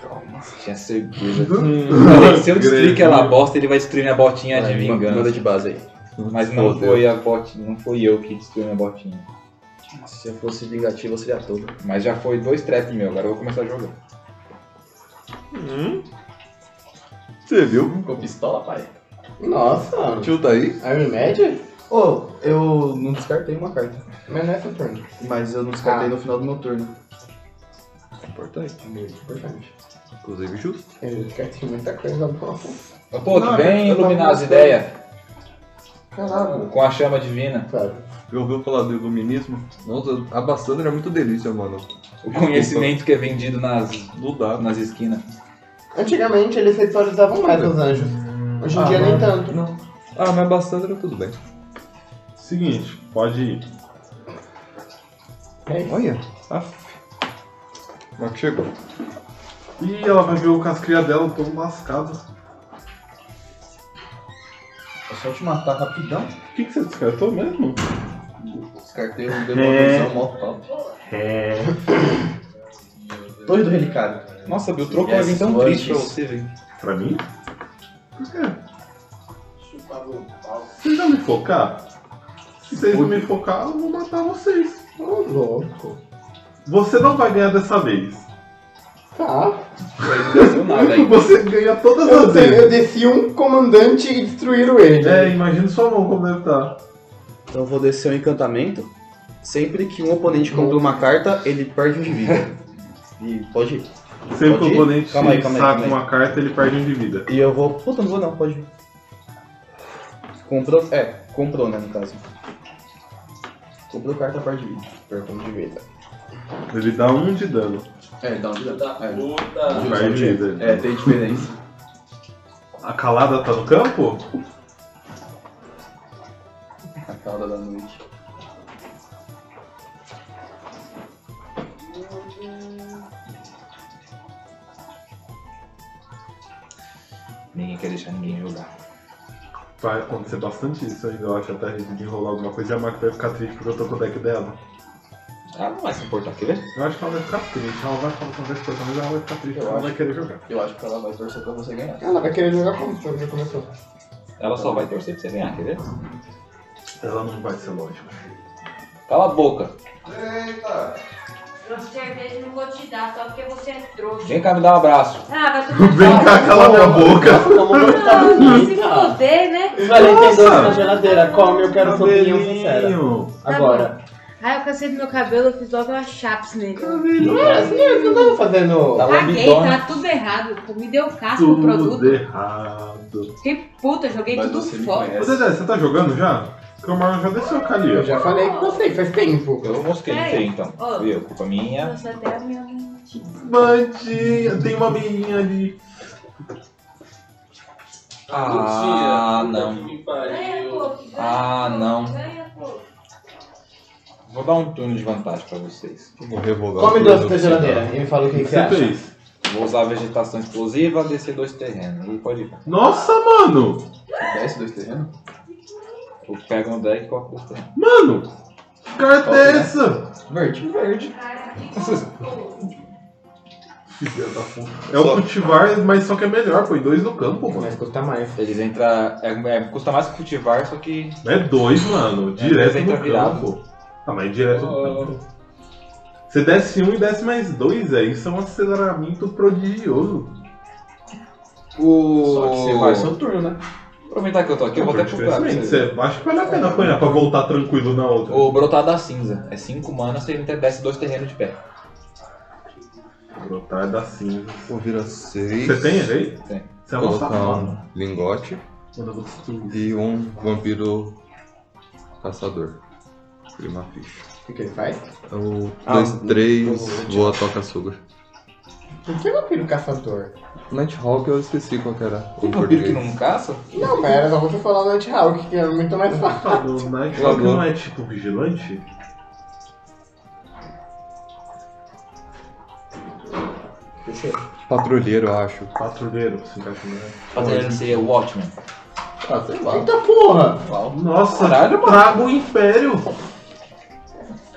Speaker 4: calma. Tinha certeza. Falei, se eu destruir aquela bosta, ele vai destruir minha botinha de
Speaker 2: Ma- Manda
Speaker 4: vingança.
Speaker 2: de base aí.
Speaker 4: Mas não
Speaker 5: Fodeu.
Speaker 4: foi a botinha, não foi eu que destruí minha botinha.
Speaker 2: Se eu fosse vingativo, eu seria todo.
Speaker 4: Mas já foi dois traps meu, agora eu vou começar a jogar.
Speaker 5: Você viu?
Speaker 2: Com pistola, pai.
Speaker 1: Nossa,
Speaker 5: Tio tá aí?
Speaker 1: Army Magic?
Speaker 2: Ô, eu não descartei uma carta.
Speaker 1: Mas não é Saturno.
Speaker 2: Mas eu não descartei
Speaker 1: Ah.
Speaker 2: no final do meu turno.
Speaker 5: Importante.
Speaker 1: Muito importante.
Speaker 5: Inclusive justo.
Speaker 1: Eu descartei muita coisa nova.
Speaker 4: Pô,
Speaker 1: Não,
Speaker 4: que
Speaker 1: eu-
Speaker 4: vem
Speaker 1: eu
Speaker 4: iluminar
Speaker 1: tava
Speaker 4: as ideias
Speaker 1: Caralho.
Speaker 4: com a chama divina.
Speaker 1: Claro.
Speaker 5: Já ouviu falar do iluminismo? Nossa, a Bassandra é muito delícia, mano.
Speaker 4: O conhecimento que é vendido nas,
Speaker 5: Não dá.
Speaker 4: nas esquinas.
Speaker 1: Antigamente eles sexualizavam mais os anjos. Hoje em dia nem tanto.
Speaker 5: Não. Ah, mas a Bassandra tudo bem.
Speaker 3: Seguinte, pode ir.
Speaker 1: É isso.
Speaker 5: Olha. Ah. Mas que chegou.
Speaker 3: Ih, ela vai ver o cascria dela todo lascado.
Speaker 2: É só te matar rapidão.
Speaker 3: O que, que você descartou mesmo?
Speaker 2: Descartei
Speaker 3: É.
Speaker 2: um demolisão mó top. É, Torre do Relicário.
Speaker 4: Nossa, Bill, trocou
Speaker 2: Yes,
Speaker 4: alguém tão
Speaker 5: então?
Speaker 2: Lord.
Speaker 4: triste pra você, velho.
Speaker 3: Pra mim? Por quê? Vocês vão me focar? Se vocês não me focar, eu vou matar vocês.
Speaker 1: Ô, louco.
Speaker 3: Você não vai ganhar dessa vez.
Speaker 1: Tá.
Speaker 4: Não deu nada ainda.
Speaker 3: Você ganha todas
Speaker 1: Eu,
Speaker 3: as
Speaker 1: sei, eu
Speaker 3: vezes.
Speaker 1: desci um comandante e destruíram ele.
Speaker 3: É, imagina sua mão como deve estar.
Speaker 2: Então eu vou descer um encantamento. Sempre que um oponente compra uma carta, ele perde um de vida. E pode ir.
Speaker 3: Sempre que
Speaker 2: Pode
Speaker 3: o
Speaker 2: ir?
Speaker 3: oponente
Speaker 2: Calma aí, calma aí,
Speaker 3: saca
Speaker 2: calma aí.
Speaker 3: uma carta, ele perde um de vida.
Speaker 2: E eu vou. Puta, não vou não, pode ir. Comprou. É, comprou, né, no caso. Comprou carta, perde vida. Perdão de vida.
Speaker 3: Ele dá um de dano.
Speaker 2: É, dá um de vida. É,
Speaker 3: Perde vida.
Speaker 2: é tem diferença.
Speaker 3: A calada tá no campo?
Speaker 2: A calda da noite.
Speaker 4: Ninguém quer deixar ninguém jogar.
Speaker 3: Vai acontecer bastante isso ainda, eu acho, até de enrolar alguma coisa e a Marco vai ficar triste porque eu tô com o deck dela.
Speaker 4: Ela não vai se importar, quer ver?
Speaker 3: Eu acho que ela vai ficar triste, ela vai falar que não vai se portar, mas ela vai ficar triste,
Speaker 2: Eu
Speaker 3: ela vai
Speaker 2: acho.
Speaker 3: querer jogar.
Speaker 2: Eu acho que ela vai torcer pra você ganhar.
Speaker 1: Ela vai querer jogar como? Você já começou.
Speaker 4: Ela só vai torcer pra você ganhar, quer ver?
Speaker 3: Ela não vai ser lógica.
Speaker 4: Cala a boca.
Speaker 9: Eu cerveja não vou te dar, só porque você é trouxa.
Speaker 4: Vem cá me dar um abraço.
Speaker 9: Ah, vai tomar
Speaker 3: Vem
Speaker 9: sol.
Speaker 3: cá, cala minha boca!
Speaker 1: Como tá
Speaker 9: Ah, não se
Speaker 1: bonita.
Speaker 9: foder, né?
Speaker 1: Valeu, tem doce
Speaker 3: Nossa.
Speaker 1: Tá na geladeira. Come, eu quero sua opinião sincera.
Speaker 3: Cabelinho!
Speaker 1: Tá Agora.
Speaker 9: Tá Ai, eu cansei do meu cabelo, eu fiz logo uma chaps nele.
Speaker 1: Não era assim, eles não estavam fazendo...
Speaker 4: Tá
Speaker 9: Caguei,
Speaker 4: lambidona.
Speaker 9: tá tudo errado. pô, Me deu casco o
Speaker 3: Tudo
Speaker 9: produto.
Speaker 3: errado.
Speaker 9: Fiquei puta, joguei
Speaker 2: Mas
Speaker 9: tudo
Speaker 2: você me
Speaker 3: Ô
Speaker 9: fora.
Speaker 2: conhece.
Speaker 3: Dedé, você tá jogando já? Porque o Marlon já desceu a Cali.
Speaker 1: Eu já falei com você, faz tempo.
Speaker 4: Eu mostrei pra você então.
Speaker 9: Ó.
Speaker 4: Viu? Culpa minha.
Speaker 9: Nossa, até a minha.
Speaker 3: Bandinha, tem uma menininha ali.
Speaker 4: Ah, não.
Speaker 10: Puta que me pariu.
Speaker 9: coco.
Speaker 4: Ah, não.
Speaker 9: Ganha coco.
Speaker 4: Vou dar um turno de vantagem pra vocês.
Speaker 5: Vou revogar.
Speaker 1: Come
Speaker 5: o
Speaker 1: doce da
Speaker 5: produto.
Speaker 1: geladeira e me fala o que, que você
Speaker 3: Você
Speaker 1: acha.
Speaker 3: fez.
Speaker 4: Vou usar a vegetação explosiva, descer dois terrenos. E pode ir.
Speaker 3: Nossa, mano!
Speaker 2: Desce dois terrenos?
Speaker 4: Eu pego um deck e coloco dois terrenos.
Speaker 3: Mano! Que carta é
Speaker 1: né?
Speaker 3: essa?
Speaker 2: Verde. Verde.
Speaker 3: É o cultivar, mas só que é melhor, põe dois no campo, mano.
Speaker 1: Mas custa mais.
Speaker 4: Eles entram. É, é, custa mais que cultivar, só que.
Speaker 3: É dois, mano. Direto
Speaker 4: mas entra
Speaker 3: no
Speaker 4: virado.
Speaker 3: campo. Ah, mas direto no campo. Você desce um e desce mais dois, é. Isso é um aceleramento prodigioso.
Speaker 4: O...
Speaker 2: Só que você vai seu turno, né?
Speaker 4: Aproveitar que eu tô aqui, eu vou até procurar. pra
Speaker 3: Diferentemente,
Speaker 4: você ver.
Speaker 3: é assim, você acho que vale a pena apanhar pra voltar tranquilo na outra.
Speaker 4: O brotar da cinza. É 5 manas, você ainda desce dois terrenos de pé.
Speaker 3: Brotar da tá, cinza.
Speaker 5: Vou virar seis.
Speaker 3: Você tem ele aí?
Speaker 4: Tem.
Speaker 3: Você é um
Speaker 5: Colocar
Speaker 3: safado.
Speaker 5: um lingote e um vampiro caçador. Cria uma ficha.
Speaker 1: O que, que ele faz?
Speaker 5: É o
Speaker 7: Ah,
Speaker 5: 2,
Speaker 7: vou-
Speaker 5: 3, voa, toca, suga.
Speaker 1: Por que vampiro caçador?
Speaker 5: Nighthawk eu esqueci qual que era.
Speaker 4: Tem vampiro que não caça?
Speaker 1: Não, mas era só você falar no anti-Hulk, que era muito mais fácil.
Speaker 3: Safado, né? Só
Speaker 4: um.
Speaker 3: que não é tipo vigilante?
Speaker 5: Patrulheiro, eu acho.
Speaker 3: Patrulheiro, se encaixa né? melhor.
Speaker 4: Fazendo ser Watchman.
Speaker 2: Ah, sei lá.
Speaker 1: Eita porra!
Speaker 3: Nossa,
Speaker 4: Caralho, mano.
Speaker 3: trago o Império!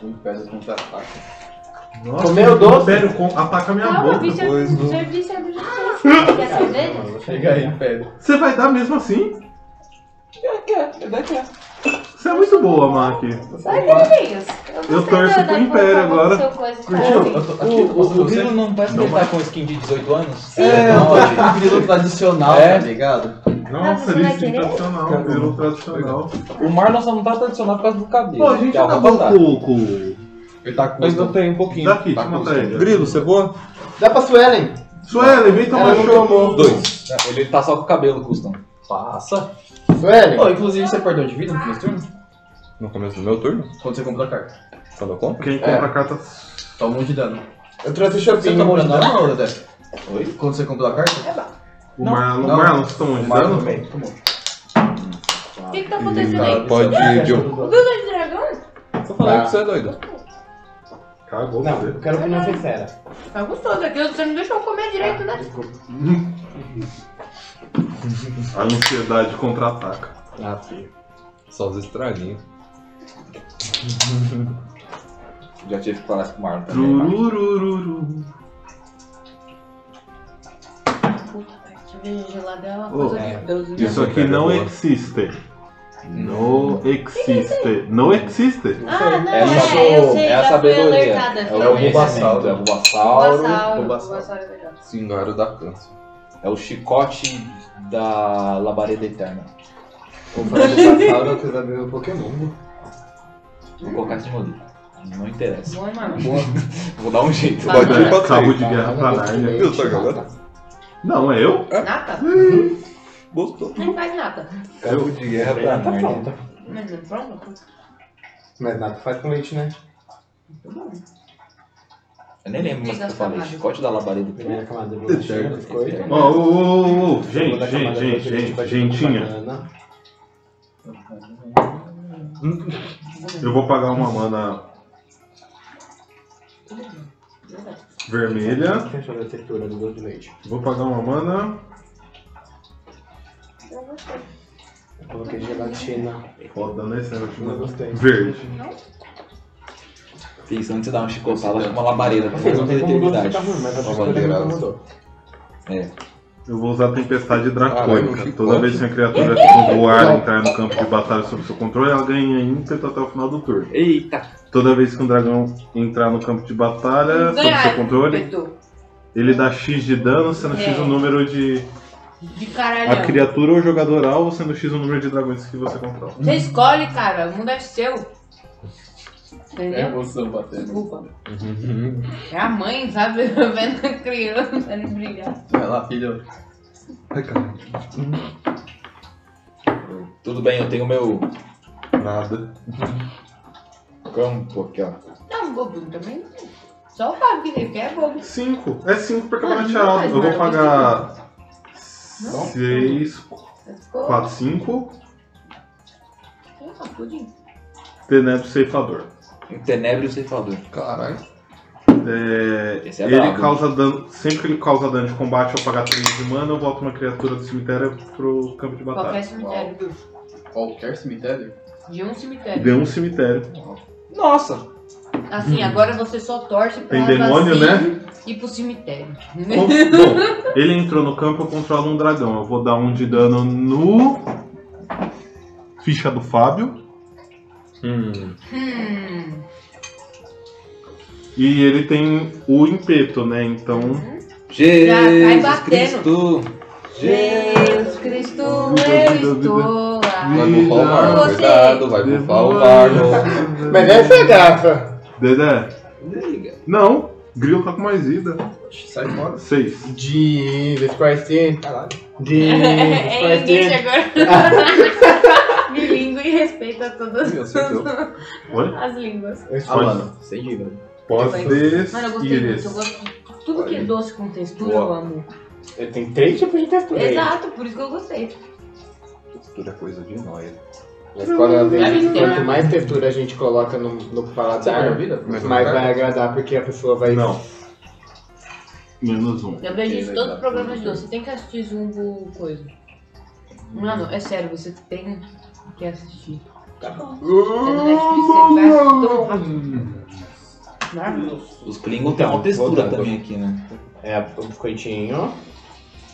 Speaker 2: Um peça contra-ataque.
Speaker 3: Nossa,
Speaker 1: Comeu
Speaker 3: o
Speaker 1: doce?
Speaker 3: Império com... ataca minha
Speaker 9: Calma,
Speaker 3: boca.
Speaker 9: bicho. é
Speaker 5: Depois do-
Speaker 9: Já disse a bicha. Quer né? cerveja?
Speaker 2: Chega aí, império.
Speaker 3: Você vai dar mesmo assim?
Speaker 4: É que é, é que é.
Speaker 3: Você é muito boa, Maqui.
Speaker 9: Vai, Carlinhos.
Speaker 3: Eu
Speaker 9: gostei
Speaker 3: torço
Speaker 9: da-
Speaker 3: pro
Speaker 9: da
Speaker 3: Império
Speaker 9: forma como
Speaker 3: agora.
Speaker 9: seu coisa tá
Speaker 2: Curtiu?
Speaker 9: assim.
Speaker 2: Eu tô aqui, eu posso
Speaker 4: O, o, o
Speaker 2: você?
Speaker 4: Grilo não parece que ele tá com skin de 18 anos?
Speaker 2: É,
Speaker 4: Não,
Speaker 2: ó, tipo um grilo tradicional,
Speaker 4: É.
Speaker 2: tá ligado?
Speaker 3: Nossa,
Speaker 9: você vai
Speaker 3: ele
Speaker 9: querer?
Speaker 3: tradicional, virou tradicional.
Speaker 4: O Marlon só não tá tradicional por causa do cabelo.
Speaker 3: Pô, a gente
Speaker 4: que é o
Speaker 3: acabou
Speaker 4: Rabatá.
Speaker 3: com com-
Speaker 2: Ele tá com
Speaker 5: Tá Mas não tem, um pouquinho.
Speaker 3: Daqui, deixa eu matar ele.
Speaker 5: Grilo, você voa?
Speaker 1: Dá pra Suelen!
Speaker 3: Suela, inventa
Speaker 1: Ela
Speaker 3: mais
Speaker 1: não
Speaker 3: um.
Speaker 1: tomou.
Speaker 5: Dois.
Speaker 4: É, Ele tá só com o cabelo, Custom.
Speaker 2: Passa.
Speaker 1: Suelen!
Speaker 2: Ó, inclusive você perdeu de vida no começo do turno?
Speaker 5: No começo do meu turno?
Speaker 2: Quando você comprou a carta.
Speaker 5: Quando eu compro?
Speaker 3: Quem compra a carta.
Speaker 2: Toma um de dano.
Speaker 1: Eu trouxe
Speaker 2: Você
Speaker 7: tá
Speaker 1: shopping.
Speaker 2: tomou de dano na hora, Dé? Oi? Quando você comprou a carta?
Speaker 3: O Marlon.
Speaker 2: Não.
Speaker 3: O Marlon, você tomou de dano?
Speaker 2: também. Tomou.
Speaker 9: O que que tá
Speaker 5: E
Speaker 9: acontecendo aí?
Speaker 5: pode. de- um
Speaker 9: O Dudu de Dragão?
Speaker 5: Eu falei que você é doido.
Speaker 3: Cagou,
Speaker 1: Não,
Speaker 3: você.
Speaker 1: eu quero opinião sincera.
Speaker 9: Tá gostoso aqui, você não deixou eu comer direito, né?
Speaker 3: A ansiedade contra-ataca.
Speaker 5: Ah, sim. Só os estraguinhos.
Speaker 4: Já tive que falar isso com o Marlon também. Marlon.
Speaker 3: Tururururu.
Speaker 9: Puta, cara, cerveja gelada é uma
Speaker 3: Ô,
Speaker 9: coisa
Speaker 5: é.
Speaker 9: de Deus. né?
Speaker 3: Isso aqui não existe.
Speaker 4: tá?
Speaker 3: Não existe. Não existe.
Speaker 9: Ah, não,
Speaker 4: É, só-
Speaker 9: é, eu sei,
Speaker 4: é a
Speaker 9: já fui
Speaker 4: sabedoria.
Speaker 9: alertada. né?
Speaker 4: É
Speaker 9: filha.
Speaker 4: o
Speaker 2: Bulbasauro.
Speaker 4: conhecimento, é o Bulbasauro.
Speaker 9: Bulbasauro.
Speaker 2: Bulbasauro.
Speaker 9: Bulbasauro é melhor.
Speaker 5: Singaro da câncer.
Speaker 4: É o chicote da labareda eterna.
Speaker 6: Vou falar do Passauro, você vai ver o Pokémon.
Speaker 4: Vou colocar isso de molho. Não interessa.
Speaker 9: Bom, mano.
Speaker 4: Vou dar um jeito.
Speaker 5: Pode ir pra
Speaker 3: Cabo
Speaker 5: trás.
Speaker 3: de guerra pra Nárnia.
Speaker 5: Viu só que agora?
Speaker 3: Não, é eu?
Speaker 9: Nata?
Speaker 5: Gostou.
Speaker 9: Não faz nada.
Speaker 5: Cabo de guerra pra
Speaker 4: Tá
Speaker 5: Narnia.
Speaker 4: pronto.
Speaker 9: Mas não pronto?
Speaker 1: Mas nada faz com leite, né?
Speaker 4: Eu nem lembro mais o que eu falei. Chicote da labareda eterna.
Speaker 1: Primeira camada de bolacha, biscoito.
Speaker 3: Ó, ô, ô, ô, ô, gente,
Speaker 1: Segunda
Speaker 3: gente,
Speaker 1: camada de leite,
Speaker 3: gente, gente,
Speaker 1: batido com
Speaker 3: gentinha.
Speaker 1: banana.
Speaker 3: Eu vou pagar uma mana vermelha.
Speaker 1: Deixa eu ver a textura do doce de leite.
Speaker 3: Vou pagar uma mana.
Speaker 1: Eu coloquei gelatina.
Speaker 3: Foda, né? Esse negócio de
Speaker 1: Não
Speaker 3: mana.
Speaker 1: gostei.
Speaker 3: Verde.
Speaker 4: Isso, antes de dar uma chicotada, acho que uma labareda. Tá
Speaker 1: Não
Speaker 4: fazendo
Speaker 1: tem como o doce
Speaker 4: eternidade.
Speaker 1: ficar ruim, mas a
Speaker 5: Uma
Speaker 1: textura
Speaker 5: bandeira.
Speaker 1: não mudou.
Speaker 3: Eu vou usar Tempestade
Speaker 5: Caralho, um
Speaker 3: Dracônica.
Speaker 5: chicote.
Speaker 3: Toda vez que uma criatura que voar entrar no campo de batalha sob seu controle, ela ganha ímpeto até o final do turno.
Speaker 4: Eita!
Speaker 3: Toda vez que um dragão entrar no campo de batalha sob seu controle,
Speaker 9: Beto.
Speaker 3: ele dá X de dano, sendo X o número de.
Speaker 9: De
Speaker 3: A
Speaker 9: caralhão.
Speaker 3: criatura ou jogador alvo, sendo X o número de dragões que você controla.
Speaker 9: Você escolhe, cara. O mundo é seu. Entendeu?
Speaker 2: emoção batendo.
Speaker 9: Desculpa.
Speaker 5: Uhum.
Speaker 9: É a mãe, sabe? Vendo a criança não brigar.
Speaker 2: Vai lá, filho.
Speaker 5: Ai, cara.
Speaker 4: Tudo bem, eu tenho meu
Speaker 5: Nada.
Speaker 4: campo aqui, ó.
Speaker 9: Não, bobinho também. Só o Fábio que quer é bobo.
Speaker 3: 5. É 5 porque eu
Speaker 9: Mano,
Speaker 3: não tinha alvo. Eu
Speaker 9: não
Speaker 3: vou
Speaker 9: faz nada,
Speaker 3: pagar. 6.
Speaker 9: Ficou.
Speaker 3: 4, 5.
Speaker 9: Porra, pudim.
Speaker 3: Tenebro Ceifador.
Speaker 4: Tenebro e ceifador.
Speaker 5: Caralho.
Speaker 3: É,
Speaker 4: Esse é
Speaker 3: ele
Speaker 4: brabo.
Speaker 3: causa dano. Sempre que ele causa dano de combate ao pagar 3 de mana, eu boto uma criatura do cemitério pro campo de batalha.
Speaker 9: Qualquer é cemitério.
Speaker 2: Qualquer cemitério?
Speaker 9: De um cemitério.
Speaker 3: Deu um cemitério.
Speaker 7: Nossa!
Speaker 9: Assim, agora você só torce pra
Speaker 3: Tem demônio, né?
Speaker 9: vazio e pro cemitério.
Speaker 3: Bom, bom, ele entrou no campo, eu controlo um dragão. Eu vou dar um de dano no. Ficha do Fábio.
Speaker 5: Hum.
Speaker 9: Hum.
Speaker 3: E ele tem o impeto, né? Então.
Speaker 9: vai
Speaker 4: Jesus
Speaker 9: batendo.
Speaker 4: Cristo!
Speaker 9: Jesus Cristo, eu estou
Speaker 5: Vai
Speaker 9: aqui.
Speaker 5: bufar o Marlon,
Speaker 9: Você.
Speaker 5: cuidado, vai bufar o Marlon.
Speaker 1: Mas essa é graça.
Speaker 3: Dedé? é. Não, Grilo tá com mais vida.
Speaker 2: Sai fora.
Speaker 3: 6.
Speaker 1: Jesus Christ.
Speaker 2: Caralho.
Speaker 9: É
Speaker 1: Jesus
Speaker 9: inglês
Speaker 1: Christ.
Speaker 9: agora. Bilingue e respeita todas
Speaker 2: Meu, acertou.
Speaker 3: Oi?
Speaker 9: as línguas.
Speaker 1: Esse
Speaker 2: Ah,
Speaker 1: foi-
Speaker 2: mano, sem dívida.
Speaker 3: Podes
Speaker 9: Mano, eu gostei muito. Eu
Speaker 3: Ires.
Speaker 9: gosto de tudo que é doce com textura,
Speaker 2: Boa.
Speaker 9: eu amo.
Speaker 1: Ele tem três tipos de textura. aí.
Speaker 9: Exato, por isso que eu gostei.
Speaker 5: Textura é coisa de nóia.
Speaker 1: Mas
Speaker 5: é
Speaker 1: quando a
Speaker 9: Deve
Speaker 1: gente,
Speaker 9: ter.
Speaker 1: quanto mais textura a gente coloca no, no
Speaker 2: Você tem a
Speaker 1: paladar,
Speaker 2: vida?
Speaker 5: Mas-
Speaker 1: mais vai agradar porque a pessoa vai.
Speaker 3: Não. Menos um.
Speaker 9: Eu vejo isso
Speaker 4: Quem vai
Speaker 9: em todo
Speaker 4: dar
Speaker 9: programa
Speaker 4: tudo,
Speaker 9: de doce. Você tem que assistir Zumbo coisa. Mano, é sério, você tem que assistir. É do Netflix, você vai assistir todo mundo. Maravilhoso.
Speaker 4: Os Klingon tem uma textura
Speaker 2: voltando.
Speaker 4: também aqui, né?
Speaker 1: É o biscoitinho.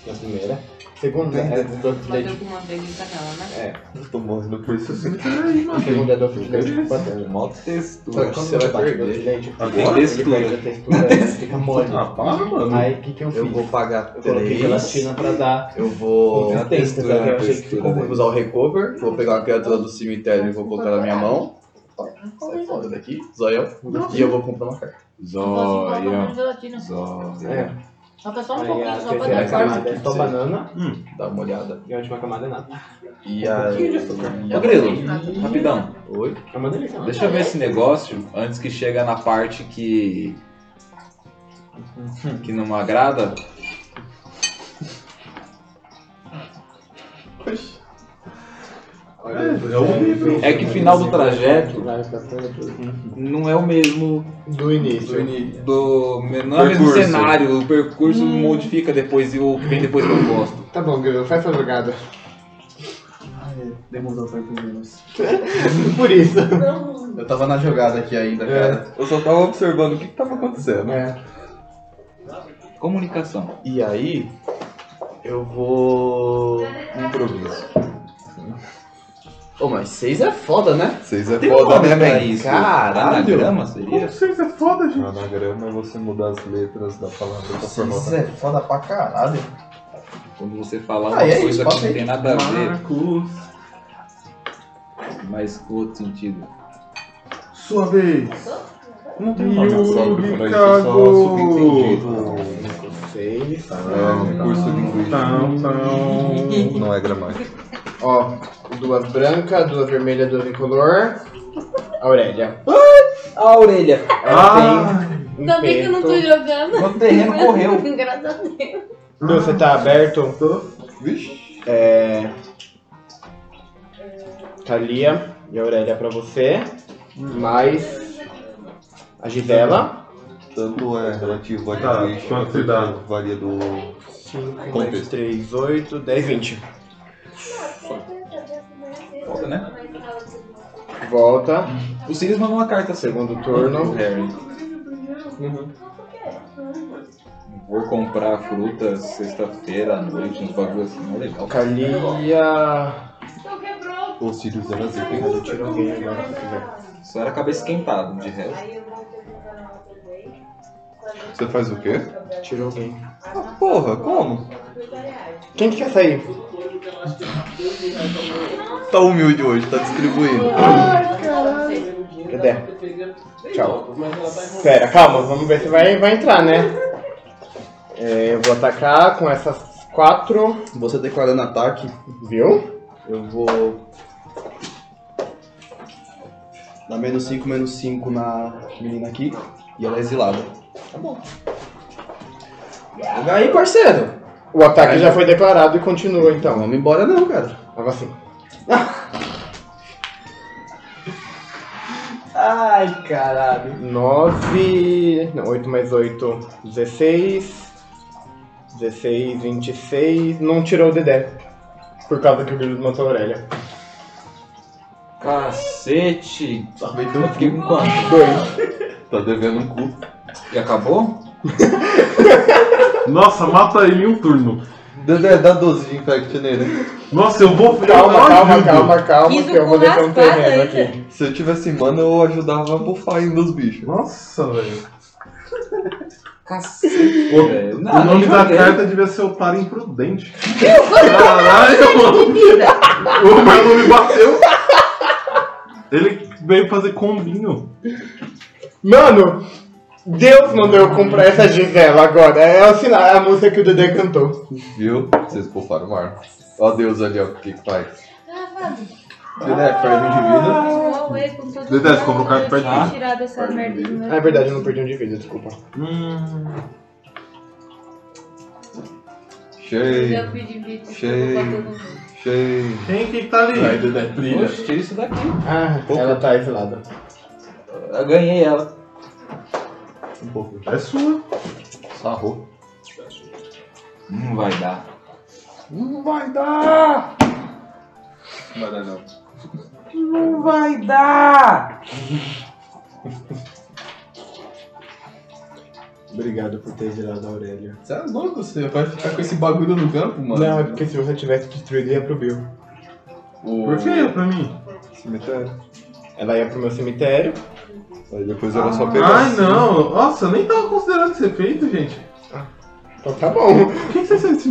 Speaker 1: Na primeira. Segunda é do doce de
Speaker 9: Bateu
Speaker 1: leite.
Speaker 9: com manteiga e canela, né?
Speaker 5: Eu tô morrendo por isso assim.
Speaker 1: Segunda é doce
Speaker 5: né?
Speaker 1: de leite com banana.
Speaker 4: Mó
Speaker 1: Só
Speaker 4: textura.
Speaker 1: que quando você vai
Speaker 2: Agora
Speaker 1: perder doce de leite,
Speaker 4: Tem
Speaker 1: ele
Speaker 4: textura.
Speaker 1: perde a textura, né? fica mole.
Speaker 2: Ah, para, mano.
Speaker 1: Aí o que, que eu fiz?
Speaker 7: Eu vou pagar
Speaker 1: Eu coloquei gelatina pra dar.
Speaker 7: Eu né? vou.
Speaker 1: Tem a textura,
Speaker 7: Eu
Speaker 1: né?
Speaker 7: achei que ficou ruim. Vou usar o recover. Vou pegar uma criatura do cemitério e vou colocar na minha mão. Sai fora daqui, zoião. E eu vou comprar uma carta.
Speaker 9: Só se coloca
Speaker 4: Zóia.
Speaker 9: mais gelatina.
Speaker 4: Zóia.
Speaker 1: É.
Speaker 9: Falta só um
Speaker 1: Aí
Speaker 9: pouquinho,
Speaker 1: a
Speaker 9: só pra dar
Speaker 1: terceira
Speaker 9: forma.
Speaker 1: camada é só banana
Speaker 7: Dá uma olhada.
Speaker 1: e a última camada é nada.
Speaker 7: E
Speaker 4: Um
Speaker 7: aí. e
Speaker 4: Ô,
Speaker 7: a-
Speaker 4: Grilo, rapidão.
Speaker 7: Oi?
Speaker 1: É uma delícia. né?
Speaker 4: Deixa eu ver esse negócio antes que chega na parte que. que não agrada.
Speaker 1: Olha,
Speaker 3: É, é
Speaker 7: um
Speaker 3: horrível.
Speaker 4: É que final do trajeto não é o mesmo
Speaker 1: Do
Speaker 7: é
Speaker 1: início.
Speaker 4: do. Não é o mesmo
Speaker 3: Percurso.
Speaker 4: cenário. O percurso modifica depois e o que vem depois que eu gosto.
Speaker 1: Tá bom, Grilo, faz sua jogada.
Speaker 7: Ah, é.
Speaker 2: Demorou pra menos.
Speaker 1: Por isso.
Speaker 7: Eu tava na jogada aqui
Speaker 5: É.
Speaker 7: ainda, cara.
Speaker 5: Eu só tava observando o que, que tava acontecendo.
Speaker 1: É.
Speaker 4: Comunicação.
Speaker 7: E aí. Eu vou.
Speaker 5: Improviso.
Speaker 7: Ô, mas seis é foda, né?
Speaker 5: Vocês é
Speaker 7: Tem
Speaker 5: foda,
Speaker 7: como
Speaker 5: né,
Speaker 7: pra
Speaker 5: velho?
Speaker 7: isso?
Speaker 5: Caralho!
Speaker 4: Anagrama
Speaker 3: Como
Speaker 4: seria?
Speaker 3: vocês é foda, gente?
Speaker 5: Anagrama é você mudar as letras da palavra pra
Speaker 7: Seis
Speaker 5: formar.
Speaker 7: é foda pra caralho.
Speaker 4: Quando você falar
Speaker 7: Ah,
Speaker 4: uma
Speaker 7: é isso,
Speaker 4: coisa que
Speaker 7: passa
Speaker 4: não
Speaker 7: aí.
Speaker 4: tem nada a ver,
Speaker 3: Marcos.
Speaker 7: Ah.
Speaker 4: mas com outro sentido.
Speaker 3: Sua vez. Não tem
Speaker 5: Sobre pra isso, só subentendido.
Speaker 1: Seis.
Speaker 5: É um curso linguístico. Não é gramática.
Speaker 1: Ó, duas brancas, duas vermelhas, duas incolor. Aurélia.
Speaker 7: A orelha.
Speaker 1: Ela
Speaker 3: Ah,
Speaker 1: tem um
Speaker 9: Ainda bem que eu não tô
Speaker 1: peito.
Speaker 9: jogando.
Speaker 7: O terreno correu.
Speaker 9: Graças a Deus.
Speaker 1: Meu, Você tá aberto?
Speaker 5: Vixe.
Speaker 1: É. Thalia Tá e Aurélia pra você. Mais. A Gisela.
Speaker 5: Tanto é relativo a
Speaker 3: Tá,
Speaker 5: linguística,
Speaker 3: quanto você dá?
Speaker 5: porque varia do.
Speaker 1: 5,
Speaker 5: Contexto.
Speaker 1: 3, 8, 10, 20.
Speaker 4: Foda, né?
Speaker 1: Volta.
Speaker 4: O Sirius mandou uma carta assim.
Speaker 1: Segundo turno.
Speaker 4: Harry. Vou comprar fruta sexta-feira à noite, uns bagulhos assim, é legal.
Speaker 1: Thalia.
Speaker 5: Ou Sirius é nazista.
Speaker 1: Eu tiro alguém agora se quiser.
Speaker 4: Só era cabeça esquentada, de resto.
Speaker 5: Você faz o quê?
Speaker 1: Tiro alguém.
Speaker 5: Ah, porra, como?
Speaker 1: Quem que quer sair?
Speaker 5: Tá humilde hoje, tá distribuindo.
Speaker 1: Cadê? Tchau. Espera, calma, vamos ver se vai, vai entrar, né? É, eu vou atacar com essas quatro,
Speaker 7: Você declarando ataque,
Speaker 1: viu?
Speaker 7: eu vou. Dá menos 5, menos 5 na menina aqui. E ela é exilada. Tá bom. Joga aí, parceiro!
Speaker 1: O ataque já foi declarado e continua
Speaker 7: Não,
Speaker 1: então.
Speaker 7: vamos embora não, cara.
Speaker 1: Tava assim.
Speaker 2: Ai, caralho.
Speaker 1: 9. Não, 8 mais 8, 16. 16, 26. Não tirou o Dedé. Por causa que o Grilo matou a orelha.
Speaker 4: Cacete!
Speaker 2: Eu fiquei com quanto?
Speaker 5: Tá devendo um cu.
Speaker 4: E acabou?
Speaker 3: Nossa, mata ele em um turno.
Speaker 5: Dedé, dá 12 de infect nele.
Speaker 3: Nossa, eu vou. eu
Speaker 1: Calma,
Speaker 3: não
Speaker 1: calma,
Speaker 3: ajudo.
Speaker 1: calma, calma,
Speaker 10: Isso
Speaker 1: que eu vou
Speaker 10: com
Speaker 1: deixar um
Speaker 10: raspada
Speaker 1: terreno
Speaker 10: ainda.
Speaker 1: aqui.
Speaker 5: Se eu tivesse mana, eu ajudava a bufar ainda os bichos.
Speaker 3: Nossa, velho.
Speaker 4: Cacete!
Speaker 3: O,
Speaker 4: É,
Speaker 3: o
Speaker 4: não,
Speaker 3: nome
Speaker 4: eu
Speaker 3: da
Speaker 4: joguei.
Speaker 3: carta devia ser Otário Imprudente. Caralho, mano. O Marlon me bateu. Ele veio fazer combinho.
Speaker 1: Mano, Deus mandou eu comprar essa Gisela agora. É o sinal, é a música que o Dedé cantou.
Speaker 5: Viu? Vocês bufaram o mar. Ó Deus ali, ó. O que que faz?
Speaker 10: Ah, Fábio,
Speaker 5: Dedé, perde um de vida.
Speaker 10: igual eu com todo
Speaker 3: Detalhe, você comprou um carro
Speaker 10: eu
Speaker 3: perto
Speaker 9: Ah.
Speaker 10: tinha
Speaker 3: de
Speaker 10: tirado essa
Speaker 5: Perto de
Speaker 10: merda do meu.
Speaker 1: Ah, é verdade, eu não perdi um de vida, desculpa.
Speaker 5: Cheio,
Speaker 10: Eu pedi vídeo,
Speaker 5: Cheio.
Speaker 10: desculpa todo mundo.
Speaker 5: cheio.
Speaker 3: Quem que tá ali?
Speaker 6: Vai, Dedé, brilha.
Speaker 4: Oxe, tira isso daqui.
Speaker 1: Ah, ela tá exilada.
Speaker 4: Eu ganhei ela.
Speaker 3: É sua.
Speaker 5: Sarrou.
Speaker 4: Não vai dar.
Speaker 1: Não vai dar!
Speaker 6: Não vai dar, não.
Speaker 4: Não vai dar!
Speaker 1: Obrigado por ter virado a orelha.
Speaker 2: Você é louco, você vai ficar com esse bagulho no campo, mano?
Speaker 1: Não, é porque se você tivesse destruído, ia pro Bill.
Speaker 2: O-
Speaker 3: Por que é pra mim?
Speaker 5: Cemitério.
Speaker 1: Ela ia pro meu cemitério.
Speaker 5: é. Aí depois era só
Speaker 3: Ai,
Speaker 5: pedacinho.
Speaker 3: não. Nossa, eu nem tava considerando esse efeito, gente.
Speaker 1: Então tá bom.
Speaker 3: Quem que você sente?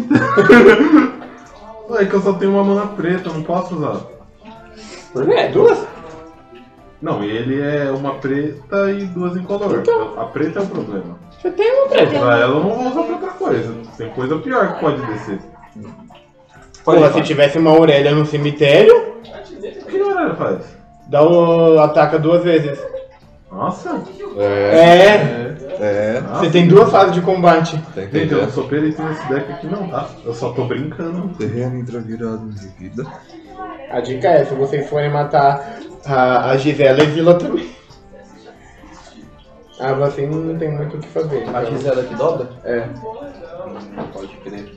Speaker 3: É que eu só tenho uma mana preta, eu não posso usar.
Speaker 1: É, duas?
Speaker 3: Não, ele é uma preta e duas incolor. A preta é o problema.
Speaker 1: Você tem uma
Speaker 9: É.
Speaker 1: preta.
Speaker 5: É,
Speaker 3: Pra ela eu não vou usar pra outra coisa. Tem coisa pior que pode descer.
Speaker 4: Pode
Speaker 1: Porra,
Speaker 4: ir,
Speaker 1: se
Speaker 4: pode.
Speaker 1: tivesse uma orelha no cemitério,
Speaker 3: O que a galera faz?
Speaker 1: dá o... ataca duas vezes.
Speaker 3: Nossa,
Speaker 5: É,
Speaker 1: É,
Speaker 5: é.
Speaker 3: nossa.
Speaker 1: você tem duas fases de combate.
Speaker 5: Tá
Speaker 3: Gente, eu não
Speaker 5: entendendo?
Speaker 3: sou perito nesse deck aqui não, tá? Eu só tô brincando.
Speaker 5: Terreno intravirado de vida.
Speaker 1: A dica é, se vocês forem matar a, a Gisela, exila também. Ah, mas assim não tem muito o que fazer.
Speaker 2: A
Speaker 1: então.
Speaker 2: Gisela que dobra?
Speaker 1: É.
Speaker 2: Pode crer.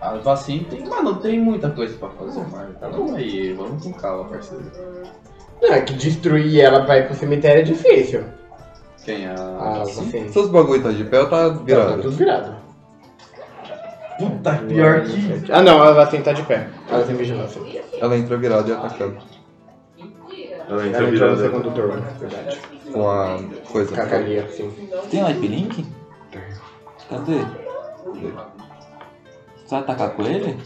Speaker 2: A vacina tem. Mano, tem muita coisa pra fazer, mano. Calma aí, vamos com calma, parceiro.
Speaker 1: Não, é que destruir ela pra ir pro cemitério é difícil.
Speaker 2: Quem é
Speaker 1: Ah,
Speaker 2: a.
Speaker 1: assim.
Speaker 5: Seus bagulho tá de pé ou tá
Speaker 1: Tá
Speaker 5: virado?
Speaker 1: tudo virado.
Speaker 2: Puta, pior que.
Speaker 1: Ah não, ela assim tá de pé. Ela tem vigilância.
Speaker 5: Ela entra virada e atacando.
Speaker 3: Ela
Speaker 1: Ela
Speaker 3: entra
Speaker 5: é,
Speaker 1: entrou no
Speaker 3: virada.
Speaker 1: segundo turno, verdade.
Speaker 5: Com a coisa.
Speaker 1: Cacaria, sim.
Speaker 4: Tem live link? Cadê? Você vai atacar com ele?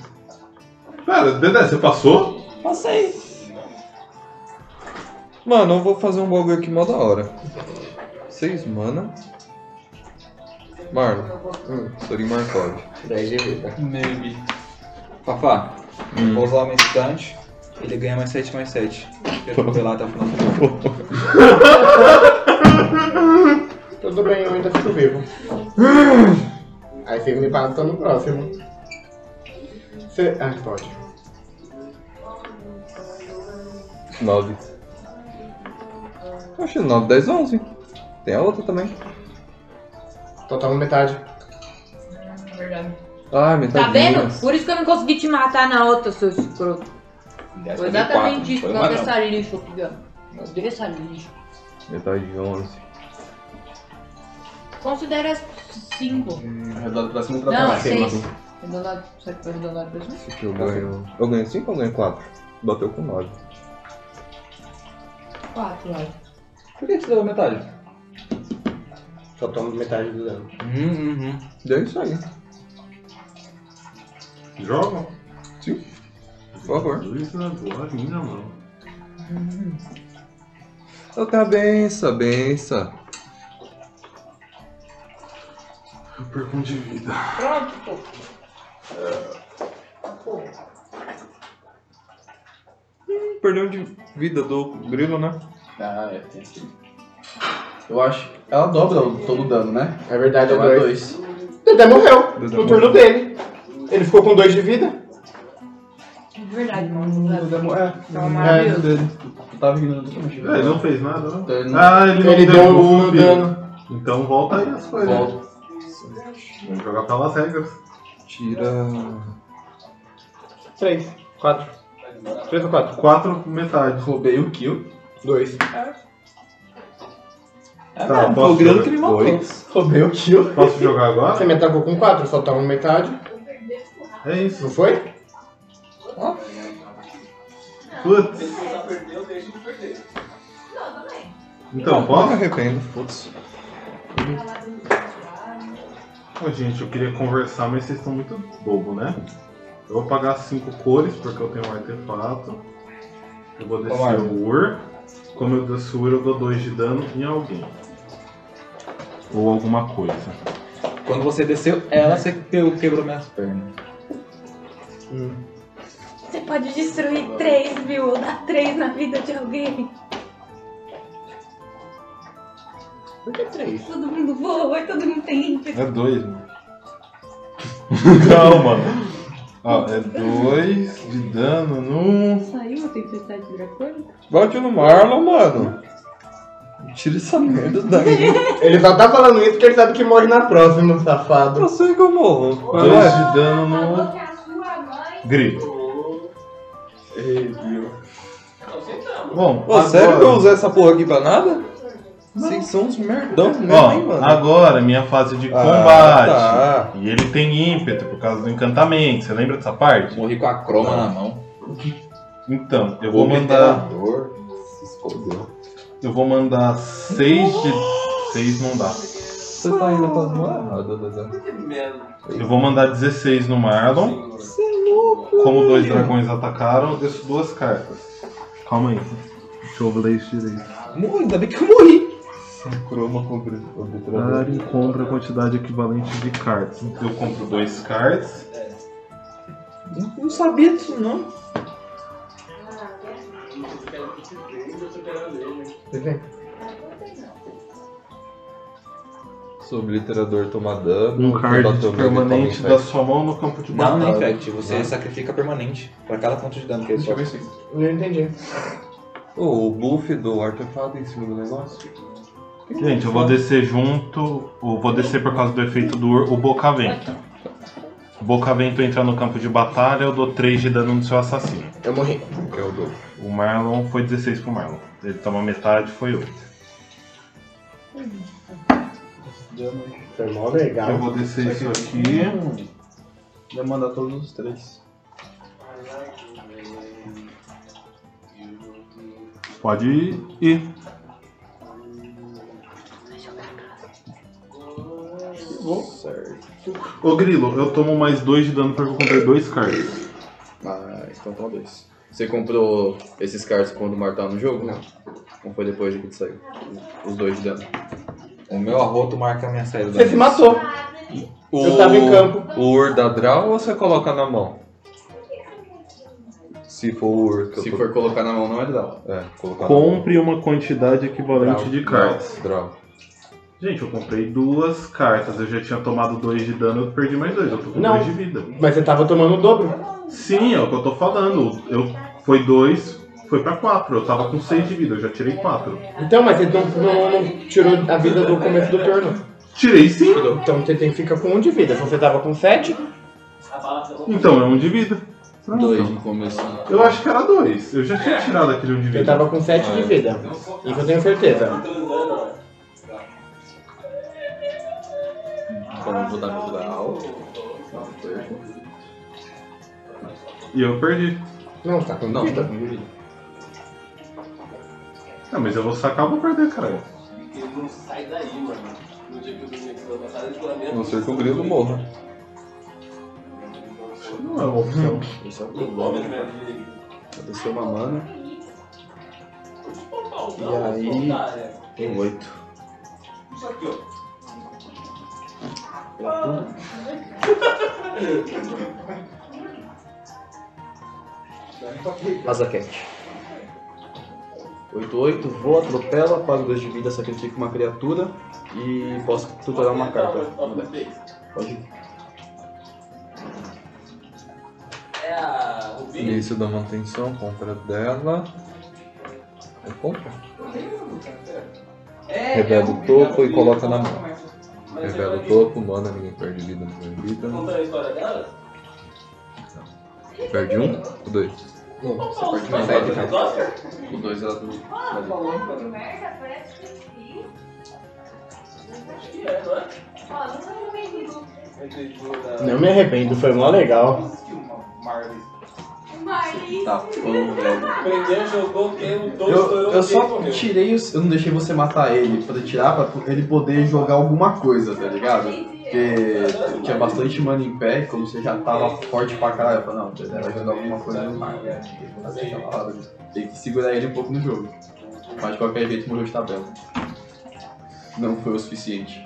Speaker 3: Pera, Dedé, você passou?
Speaker 4: Passei.
Speaker 5: Mano, eu vou fazer um bagulho aqui mó da hora. Seis mana. Marlon. Hum, Sorin Markov.
Speaker 1: 10 de vida.
Speaker 2: Maybe.
Speaker 4: Fafá, vou usar uma instante. Ele ganha mais 7 mais 7. Eu vou ver lá até o final do jogo.
Speaker 1: Tudo bem, eu ainda fico vivo. Aí vocês me passam no próximo. Cê... Ah, pode.
Speaker 5: Nove. Oxe, nove, dez, onze. Tem a outra também.
Speaker 1: Total metade.
Speaker 10: Na verdade.
Speaker 5: Ah, metade.
Speaker 10: Tá vendo? Por isso que eu não consegui te matar na outra, seu escroto. Foi exatamente isso, por causa dessa lixo aqui, ó. Eu odeio essa lixo.
Speaker 5: Metade de onze.
Speaker 10: Considera 5.
Speaker 2: Arredor pra cima e pra
Speaker 10: Não,
Speaker 2: baixo.
Speaker 10: 6. Redondado, será que foi redondado pra cima?
Speaker 5: Esse aqui eu ganho. Tá Eu ganho cinco ou ganho quatro? Bateu com nove.
Speaker 10: 4, eu acho.
Speaker 4: Por que você deu metade?
Speaker 1: Só tomo metade do dano.
Speaker 4: Hum, hum,
Speaker 5: E é isso aí.
Speaker 3: Joga.
Speaker 5: Por favor.
Speaker 3: Isso agora, minha mano.
Speaker 5: Eu tenho Então tá a benção, benção.
Speaker 3: Eu perco um de vida.
Speaker 10: Pronto, pô.
Speaker 5: Perdeu de vida do grilo, né?
Speaker 2: Ah, é, tem aqui. Eu acho. Ela dobra o- todo o dano, né?
Speaker 1: É verdade, é
Speaker 2: Toma
Speaker 1: dois.
Speaker 2: dois.
Speaker 1: Dedé morreu.
Speaker 5: Dedé
Speaker 1: no
Speaker 5: morreu.
Speaker 1: turno dele. Ele ficou com 2 de vida.
Speaker 10: De É verdade,
Speaker 9: Então
Speaker 10: mano.
Speaker 2: Demo- É,
Speaker 10: Tava
Speaker 2: é,
Speaker 10: maravilhoso.
Speaker 2: eu tava ignorando totalmente.
Speaker 3: É, ele não fez nada, não.
Speaker 2: Então ele não-
Speaker 3: Ah, ele,
Speaker 1: Ele
Speaker 3: não
Speaker 1: deu
Speaker 3: deu
Speaker 1: um
Speaker 3: golpe.
Speaker 1: dano.
Speaker 3: Então volta aí as coisas.
Speaker 2: Volta.
Speaker 3: Vamos jogar pelas regras.
Speaker 5: Tira.
Speaker 1: 3, 4. 3 ou 4?
Speaker 3: 4 metade.
Speaker 2: Roubei o kill. É,
Speaker 1: 2.
Speaker 3: Tá, posso,
Speaker 2: Logrando é, que ele matou. Roubei o kill.
Speaker 3: posso jogar agora?
Speaker 1: Ah, Você me atacou com 4, só tava metade.
Speaker 3: É isso.
Speaker 1: Não foi?
Speaker 3: Putz. Então,
Speaker 5: Não me
Speaker 3: posso?
Speaker 5: arrependo, foda-se.
Speaker 3: Ô, gente, eu queria conversar, mas vocês estão muito bobo, né? Eu vou pagar 5 cores, porque eu tenho um artefato. Eu vou descer o Ur. Como eu desço o Ur, eu dou 2 de dano em alguém. Ou alguma coisa.
Speaker 4: Quando você desceu, ela você que- quebrou minhas pernas.
Speaker 10: Você pode destruir três, viu? Ou dar três na vida de alguém.
Speaker 1: Por que 3?
Speaker 10: Todo mundo voa, e todo mundo tem ímpeto.
Speaker 3: É 2, mano. Calma. Ó, é 2 de dano no.
Speaker 10: Saiu a tempestade dracônica?
Speaker 5: Volte no Marlon, mano. Tira essa merda daí.
Speaker 1: Ele só tá falando isso porque ele sabe que morre na próxima, safado.
Speaker 5: Eu sei que eu morro.
Speaker 3: 2
Speaker 5: Vai lá.
Speaker 3: de dano no. Grito. Bom,
Speaker 5: Pô, sério que eu usar essa porra aqui pra nada? Vocês são uns merdão mesmo, hein,
Speaker 3: Ó,
Speaker 5: mano?
Speaker 3: agora minha fase de
Speaker 5: Ah,
Speaker 3: combate.
Speaker 5: tá.
Speaker 3: E ele tem ímpeto por causa do encantamento. Você lembra dessa parte?
Speaker 4: Morri com a croma na mão.
Speaker 3: Então, eu vou
Speaker 4: Fogo
Speaker 3: mandar.
Speaker 4: imperador, Se escondeu.
Speaker 3: Eu vou mandar 6 de. 6 não dá.
Speaker 5: Você tá indo pras mãos erradas, Dedé.
Speaker 3: Eu vou mandar 16 no Marlon. Como dois dragões atacaram, eu desço duas cartas. Calma aí. Deixa eu ver isso direito.
Speaker 5: Morri, ainda bem que eu morri. Croma com o
Speaker 3: Dare compra a quantidade equivalente de cartas. Então eu compro dois cards.
Speaker 5: Não sabia disso, não. Se o obliterador tomar dano,
Speaker 3: Um
Speaker 5: quem
Speaker 3: card
Speaker 5: bateu nele
Speaker 3: permanente
Speaker 5: toma
Speaker 3: da
Speaker 5: infect.
Speaker 3: sua mão no campo de
Speaker 4: Não,
Speaker 3: batalha.
Speaker 4: não é infect. Você sacrifica permanente pra cada ponto de dano que ele
Speaker 2: Deixa eu
Speaker 4: sofre.
Speaker 2: ver se isso.
Speaker 1: Não entendi.
Speaker 5: Ô, o buff do artefato em cima do negócio.
Speaker 3: Gente, eu vou descer junto, eu vou descer por causa do efeito do Ur- o Bocavento. O Bocavento entra no campo de batalha, eu dou 3 de dano no seu assassino.
Speaker 1: Eu morri.
Speaker 5: Eu dou.
Speaker 3: É O Marlon foi 16 pro Marlon. Ele toma metade, foi 8.
Speaker 1: Foi mó
Speaker 3: Eu
Speaker 1: legal.
Speaker 3: vou descer isso aqui.
Speaker 2: Vai é um- mandar todos os três.
Speaker 3: Pode ir.
Speaker 2: Vou. Certo.
Speaker 3: Ô Grilo, eu tomo mais 2 de dano porque eu comprei dois cards.
Speaker 7: Mas, então tá dois. Você comprou esses cards quando o Mar tava no jogo? Não. Ou foi depois que tu saiu? Os dois de dano.
Speaker 4: O meu arroto marca a minha saída da
Speaker 1: Você se
Speaker 4: mesa.
Speaker 1: matou. Eu tava em campo.
Speaker 5: O Ur da Draw ou você coloca na mão? Se for o Ur que
Speaker 7: Se
Speaker 5: eu tô...
Speaker 7: for colocar na mão, não é dela.
Speaker 5: É, colocar
Speaker 3: Compre uma quantidade equivalente de
Speaker 5: na mão.
Speaker 3: cards.
Speaker 5: Draw.
Speaker 3: Gente, eu comprei duas cartas. Eu já tinha tomado 2 de dano, eu perdi mais dois. Eu tô com
Speaker 1: Não.
Speaker 3: 2 de vida.
Speaker 1: Mas você tava tomando o dobro.
Speaker 3: Sim, é o que eu tô falando. Eu, foi dois, foi pra quatro. Eu tava com seis de vida, eu já tirei quatro.
Speaker 1: Então, mas você não, não- não tirou a vida do começo do turno.
Speaker 3: Tirei sim,
Speaker 1: Então você tem que ficar com um de vida. Se você tava com 7,
Speaker 3: então é um de vida.
Speaker 4: Ah,
Speaker 3: Pronto.
Speaker 7: Dois de começo.
Speaker 3: Eu acho que era dois. Eu já tinha tirado aquele um de
Speaker 1: você
Speaker 3: vida.
Speaker 1: tava com 7 de vida. Isso eu tenho certeza.
Speaker 7: Então eu vou dar pro Draw. Não, perco.
Speaker 3: E eu perdi.
Speaker 1: Não, tá com
Speaker 7: Não, você tá
Speaker 1: vida.
Speaker 7: com vida.
Speaker 3: Ah, mas eu vou sacar, eu vou perder, caralho.
Speaker 5: A não ser que o grilo morra.
Speaker 3: Não é uma opção.
Speaker 7: Esse é o problema. Vou descer uma mana. E aí. Tem oito. Azaquete. 8-8, vou, atropela, pago 2 de vida, sacrifico uma criatura é e posso tutorar uma carta. Pode ir.
Speaker 11: É
Speaker 5: Isso dá manutenção, compra dela. É Eu compro.
Speaker 11: É,
Speaker 5: Revela o topo e coloca na mão. Revela o topo, mana, ninguém perde vida, ninguém perde vida.
Speaker 11: Contando a história dela?
Speaker 5: Perde um ou dois?
Speaker 11: Você
Speaker 2: mais
Speaker 11: pode
Speaker 2: tarde,
Speaker 11: Oscar?
Speaker 2: O 2 ela do.
Speaker 11: Ah, falou, cara.
Speaker 10: Merda, parece que eu fiz.
Speaker 11: Acho que é, não é?
Speaker 10: Ó, nunca me vendido.
Speaker 11: Entre o da-
Speaker 1: Não me arrependo, foi mó legal.
Speaker 11: Marley.
Speaker 10: Marley.
Speaker 2: Tá,
Speaker 7: um
Speaker 2: pô, velho.
Speaker 11: Prendeu, jogou, quem lutou,
Speaker 2: Eu,
Speaker 11: estourou,
Speaker 2: eu
Speaker 11: quem
Speaker 2: só
Speaker 11: morreu.
Speaker 2: tirei os. Eu não deixei você matar ele pra tirar, pra ele poder jogar alguma coisa, tá ligado? Porque tinha bastante mana em pé, como você já tava forte pra caralho, eu falei, não, você vai jogar alguma coisa no mar, né? Tem que fazer aquela parada de- Tem que segurar ele um pouco no jogo. Mas de qualquer jeito morreu de tabela. Não foi o suficiente.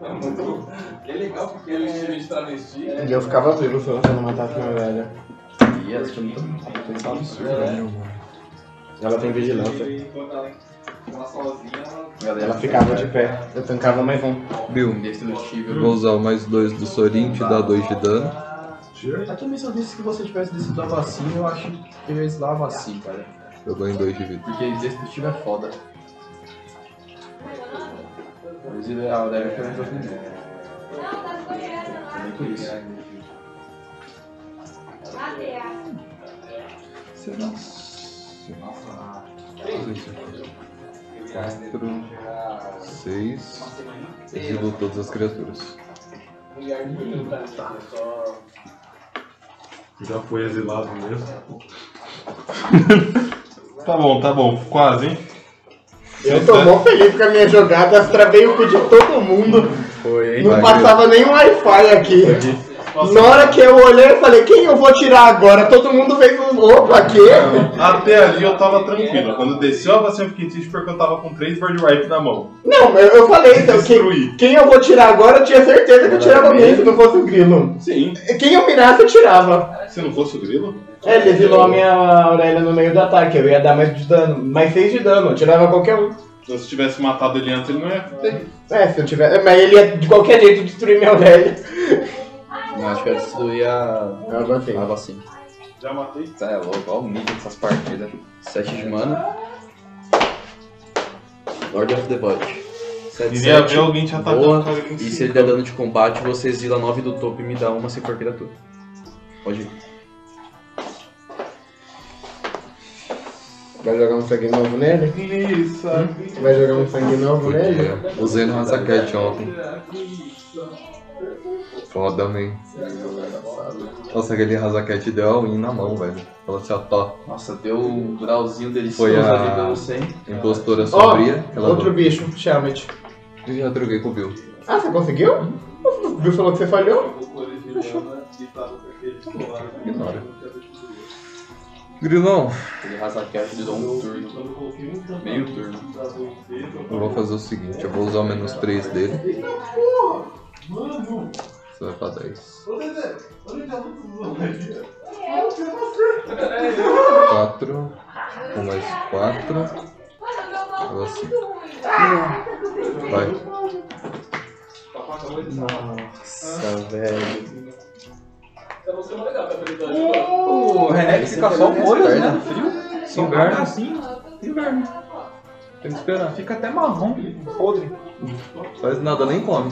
Speaker 11: É muito bom. É legal porque ele é de travesti.
Speaker 1: E eu ficava vivo se você não matasse minha velha.
Speaker 2: E essa tinha muita muita coisa absurda.
Speaker 1: Ela tem vigilância.
Speaker 11: E quando ela ela sozinha, ela
Speaker 2: Galera,
Speaker 1: Ela ficava de pé. Eu tancava mais um.
Speaker 5: Bill, eu
Speaker 2: Indestrutível.
Speaker 5: vou usar o mais dois do Sorin, te dá dois de dano.
Speaker 2: Eu também só disse que você tivesse decidido a vacina, eu acho que eu ia dar a vacina, cara.
Speaker 5: Eu ganho dois de vida.
Speaker 2: Porque indestrutível é foda. Mas ele- ah, o Devil foi mais ofendido.
Speaker 10: Não, tá escolhendo lá.
Speaker 2: Também por isso.
Speaker 10: Matear.
Speaker 5: Será? Quatro, seis. Exilo todas as criaturas.
Speaker 11: mulher que foi lutar, né? só.
Speaker 3: Já foi exilado mesmo. tá bom, tá bom. Quase, hein?
Speaker 1: Eu tô mó feliz com a minha jogada, travei o cu de todo mundo.
Speaker 5: Foi,
Speaker 1: Não passava nem Wi-Fi aqui. Na hora que eu olhei, eu falei, quem eu vou tirar agora? Todo mundo fez um. Opa, quê?
Speaker 3: Até ali eu tava tranquilo. Quando desceu a vacina fictícia, porque eu tava com três bird wipe na mão.
Speaker 1: Não, eu, eu falei, então, quem,
Speaker 3: Destruí.
Speaker 1: quem eu vou tirar agora, eu tinha certeza que eu tirava alguém se não fosse o grilo.
Speaker 3: Sim.
Speaker 1: Quem eu mirasse, eu tirava.
Speaker 3: Se não fosse o grilo,
Speaker 1: É, ele exilou a minha Aurélia no meio do ataque, eu ia dar mais de dano, mais 6 de dano, eu tirava qualquer um.
Speaker 3: se eu tivesse matado ele antes, ele não ia.
Speaker 1: É, se eu tiver. Mas ele ia de qualquer jeito destruir minha Aurélia.
Speaker 2: Não, acho que eu destruí
Speaker 7: é
Speaker 2: a,
Speaker 1: Eu aguentei.
Speaker 4: Ah,
Speaker 2: a vacina.
Speaker 3: Já matei.
Speaker 4: Tá, é louco, olha o nível dessas partidas.
Speaker 2: 7 de mana. Lord of the Void. 7,
Speaker 3: Queria ver alguém te atacando
Speaker 2: Boa.
Speaker 3: por causa de um
Speaker 2: E se
Speaker 3: cinco.
Speaker 2: ele der dano de combate, você exila 9 do topo e me dá uma se for criatura. Pode ir.
Speaker 1: Vai jogar um sangue novo nele?
Speaker 3: Isso.
Speaker 1: Vai jogar um sangue novo nele?
Speaker 5: Podia. Usei no Hazaket ontem. Foda, man. Nossa, aquele Hazaket deu all in na mão, velho. Falou assim, ó, tó.
Speaker 2: Nossa, deu um grauzinho delicioso
Speaker 5: Foi a-
Speaker 2: ali pelo 100.
Speaker 5: Impostora sombria. ela
Speaker 1: Outro bicho, Shamet.
Speaker 5: Eu já troquei com o Bill.
Speaker 1: Ah, você conseguiu? O Bill falou que você falhou?
Speaker 3: né? tá
Speaker 5: Ignora. Grilão,
Speaker 2: Ele Hazaket durou um turno. Meio turno.
Speaker 3: tá
Speaker 5: eu vou fazer o seguinte. Eu vou usar o menos 3 dele.
Speaker 11: Mano,
Speaker 5: Isso vai pra 10.
Speaker 11: olha olha
Speaker 3: tá
Speaker 11: a
Speaker 3: né?
Speaker 11: luta
Speaker 5: 4. Um mais 4. Agora sim. Vai.
Speaker 1: Nossa, velho.
Speaker 4: O Renek fica só com olhos, né? Frio. Só
Speaker 1: um
Speaker 5: Inverno.
Speaker 4: assim. Inverno.
Speaker 5: Tem que esperar.
Speaker 4: Fica até marrom, podre.
Speaker 5: Faz nada, nem come.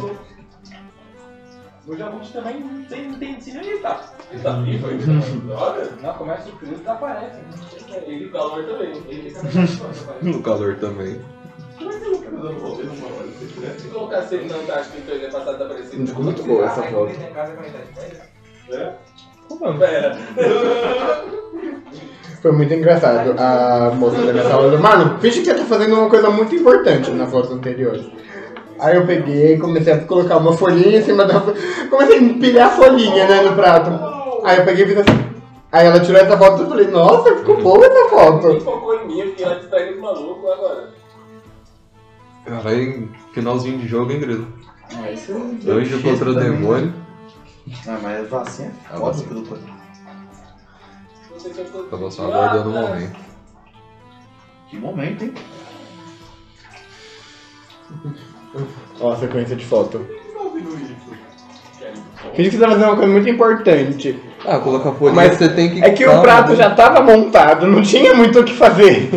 Speaker 11: O Jamut também não sei, não tem se onde ele tá. Ele tá vivo ainda. Olha,
Speaker 4: Não, começa o frio.
Speaker 11: desaparece. Ele calor também. Ele fica na
Speaker 5: No calor também.
Speaker 11: Se colocasse ele na Antártica então ele ia passar desaparecido.
Speaker 1: Muito boa essa foto.
Speaker 11: Pera.
Speaker 1: Foi muito engraçado. A moça da minha sala falou, mano, finge que eu tô fazendo uma coisa muito importante na foto anterior. Aí eu peguei e comecei a colocar uma folhinha em cima da fo- Comecei a empilhar a folhinha, né, no prato. Aí eu peguei e fiz assim. Aí ela tirou essa foto e eu falei, nossa, ficou boa essa
Speaker 11: Ele
Speaker 1: foto.
Speaker 11: focou em mim, eu fiquei lá distraindo o maluco agora.
Speaker 5: Caralho, finalzinho de jogo, hein, Grilo?
Speaker 2: é um
Speaker 5: Anjo contra
Speaker 1: né?
Speaker 5: demônio.
Speaker 2: né? Ah, mas a vacina é
Speaker 5: A
Speaker 2: foda,
Speaker 5: vacina.
Speaker 2: truta.
Speaker 11: Não sei se eu tô-
Speaker 5: Tava Tá só aguardando o momento.
Speaker 2: Que momento, hein?
Speaker 1: Ó, a sequência de foto. Finge que você tá fazendo uma coisa muito importante.
Speaker 5: Ah, colocar folhinha,
Speaker 1: Mas
Speaker 5: você tem que...
Speaker 1: É que o
Speaker 5: quitar,
Speaker 1: prato
Speaker 5: né?
Speaker 1: já tava montado, não tinha muito o que fazer.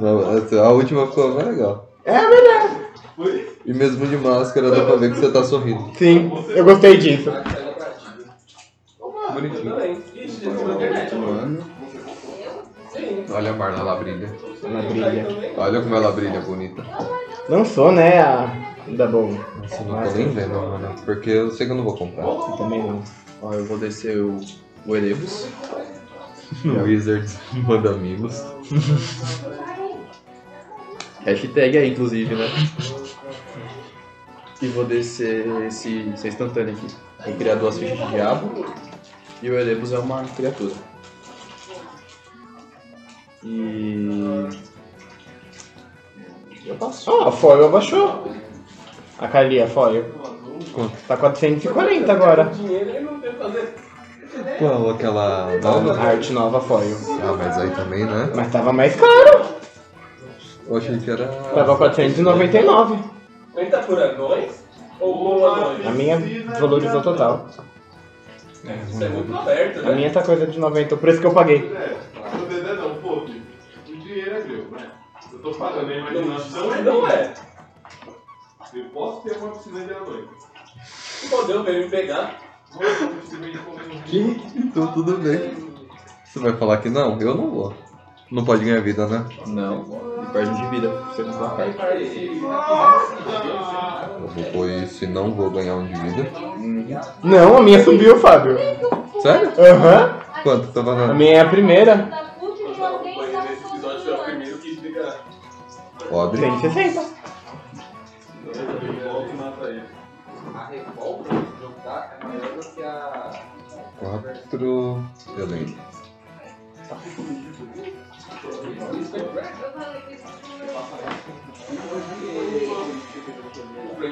Speaker 5: Não, A última ficou mais legal.
Speaker 1: É verdade.
Speaker 5: E mesmo de máscara dá pra ver que você tá sorrindo.
Speaker 1: Sim, eu gostei disso.
Speaker 5: Bonitinho.
Speaker 11: é
Speaker 5: Olha a Marna, ela brilha.
Speaker 1: Ela brilha.
Speaker 5: Olha como ela brilha bonita.
Speaker 1: Lançou, né, a da bom.
Speaker 5: Nossa, eu não tô nem vendo, mano. Porque eu sei que eu não vou comprar.
Speaker 1: Também né? não.
Speaker 7: Ó, eu vou descer o, o Erebus.
Speaker 5: Wizards manda amigos.
Speaker 7: Hashtag aí, inclusive, né? E vou descer esse, esse instantâneo aqui. Vou criar duas fichas de diabo. E o Erebus é uma criatura. E. Eu passo.
Speaker 1: Ah, a foil abaixou. A Kalia, a foil. Tá 440 agora.
Speaker 5: Qual aquela nova?
Speaker 1: A arte nova foil.
Speaker 5: Ah, mas aí também, né?
Speaker 1: Mas tava mais caro.
Speaker 5: Eu achei que era.
Speaker 1: Tava 499.
Speaker 11: Ele tá por anões? Ou um ou anões?
Speaker 1: A minha valorizou total.
Speaker 11: Isso é muito aberto,
Speaker 1: A
Speaker 11: né?
Speaker 1: minha tá coisa de 90, por isso que eu paguei.
Speaker 3: É, o Dedé não, pô, o dinheiro é meu, né? Eu tô pagando, a imaginação é minha.
Speaker 11: Não, não é.
Speaker 3: Eu posso ter uma piscina de anões.
Speaker 11: O modelo veio me pegar.
Speaker 3: Mas eu simplesmente comer um
Speaker 5: Que? Então tudo bem. Você vai falar que não? Eu não vou. Não pode ganhar vida, né?
Speaker 7: Não, e perde um de vida. Você não dá carta.
Speaker 5: Eu vou pôr isso e não vou ganhar um de vida.
Speaker 1: Não, a minha subiu, Fábio.
Speaker 5: Sério?
Speaker 1: Aham.
Speaker 5: Quanto? Tava
Speaker 1: A
Speaker 5: na.
Speaker 1: minha é a primeira.
Speaker 11: Nesse episódio foi o primeiro que explica.
Speaker 5: Pobre.
Speaker 1: 160.
Speaker 11: Volta e mata ele.
Speaker 5: Quatro. Eu lembro.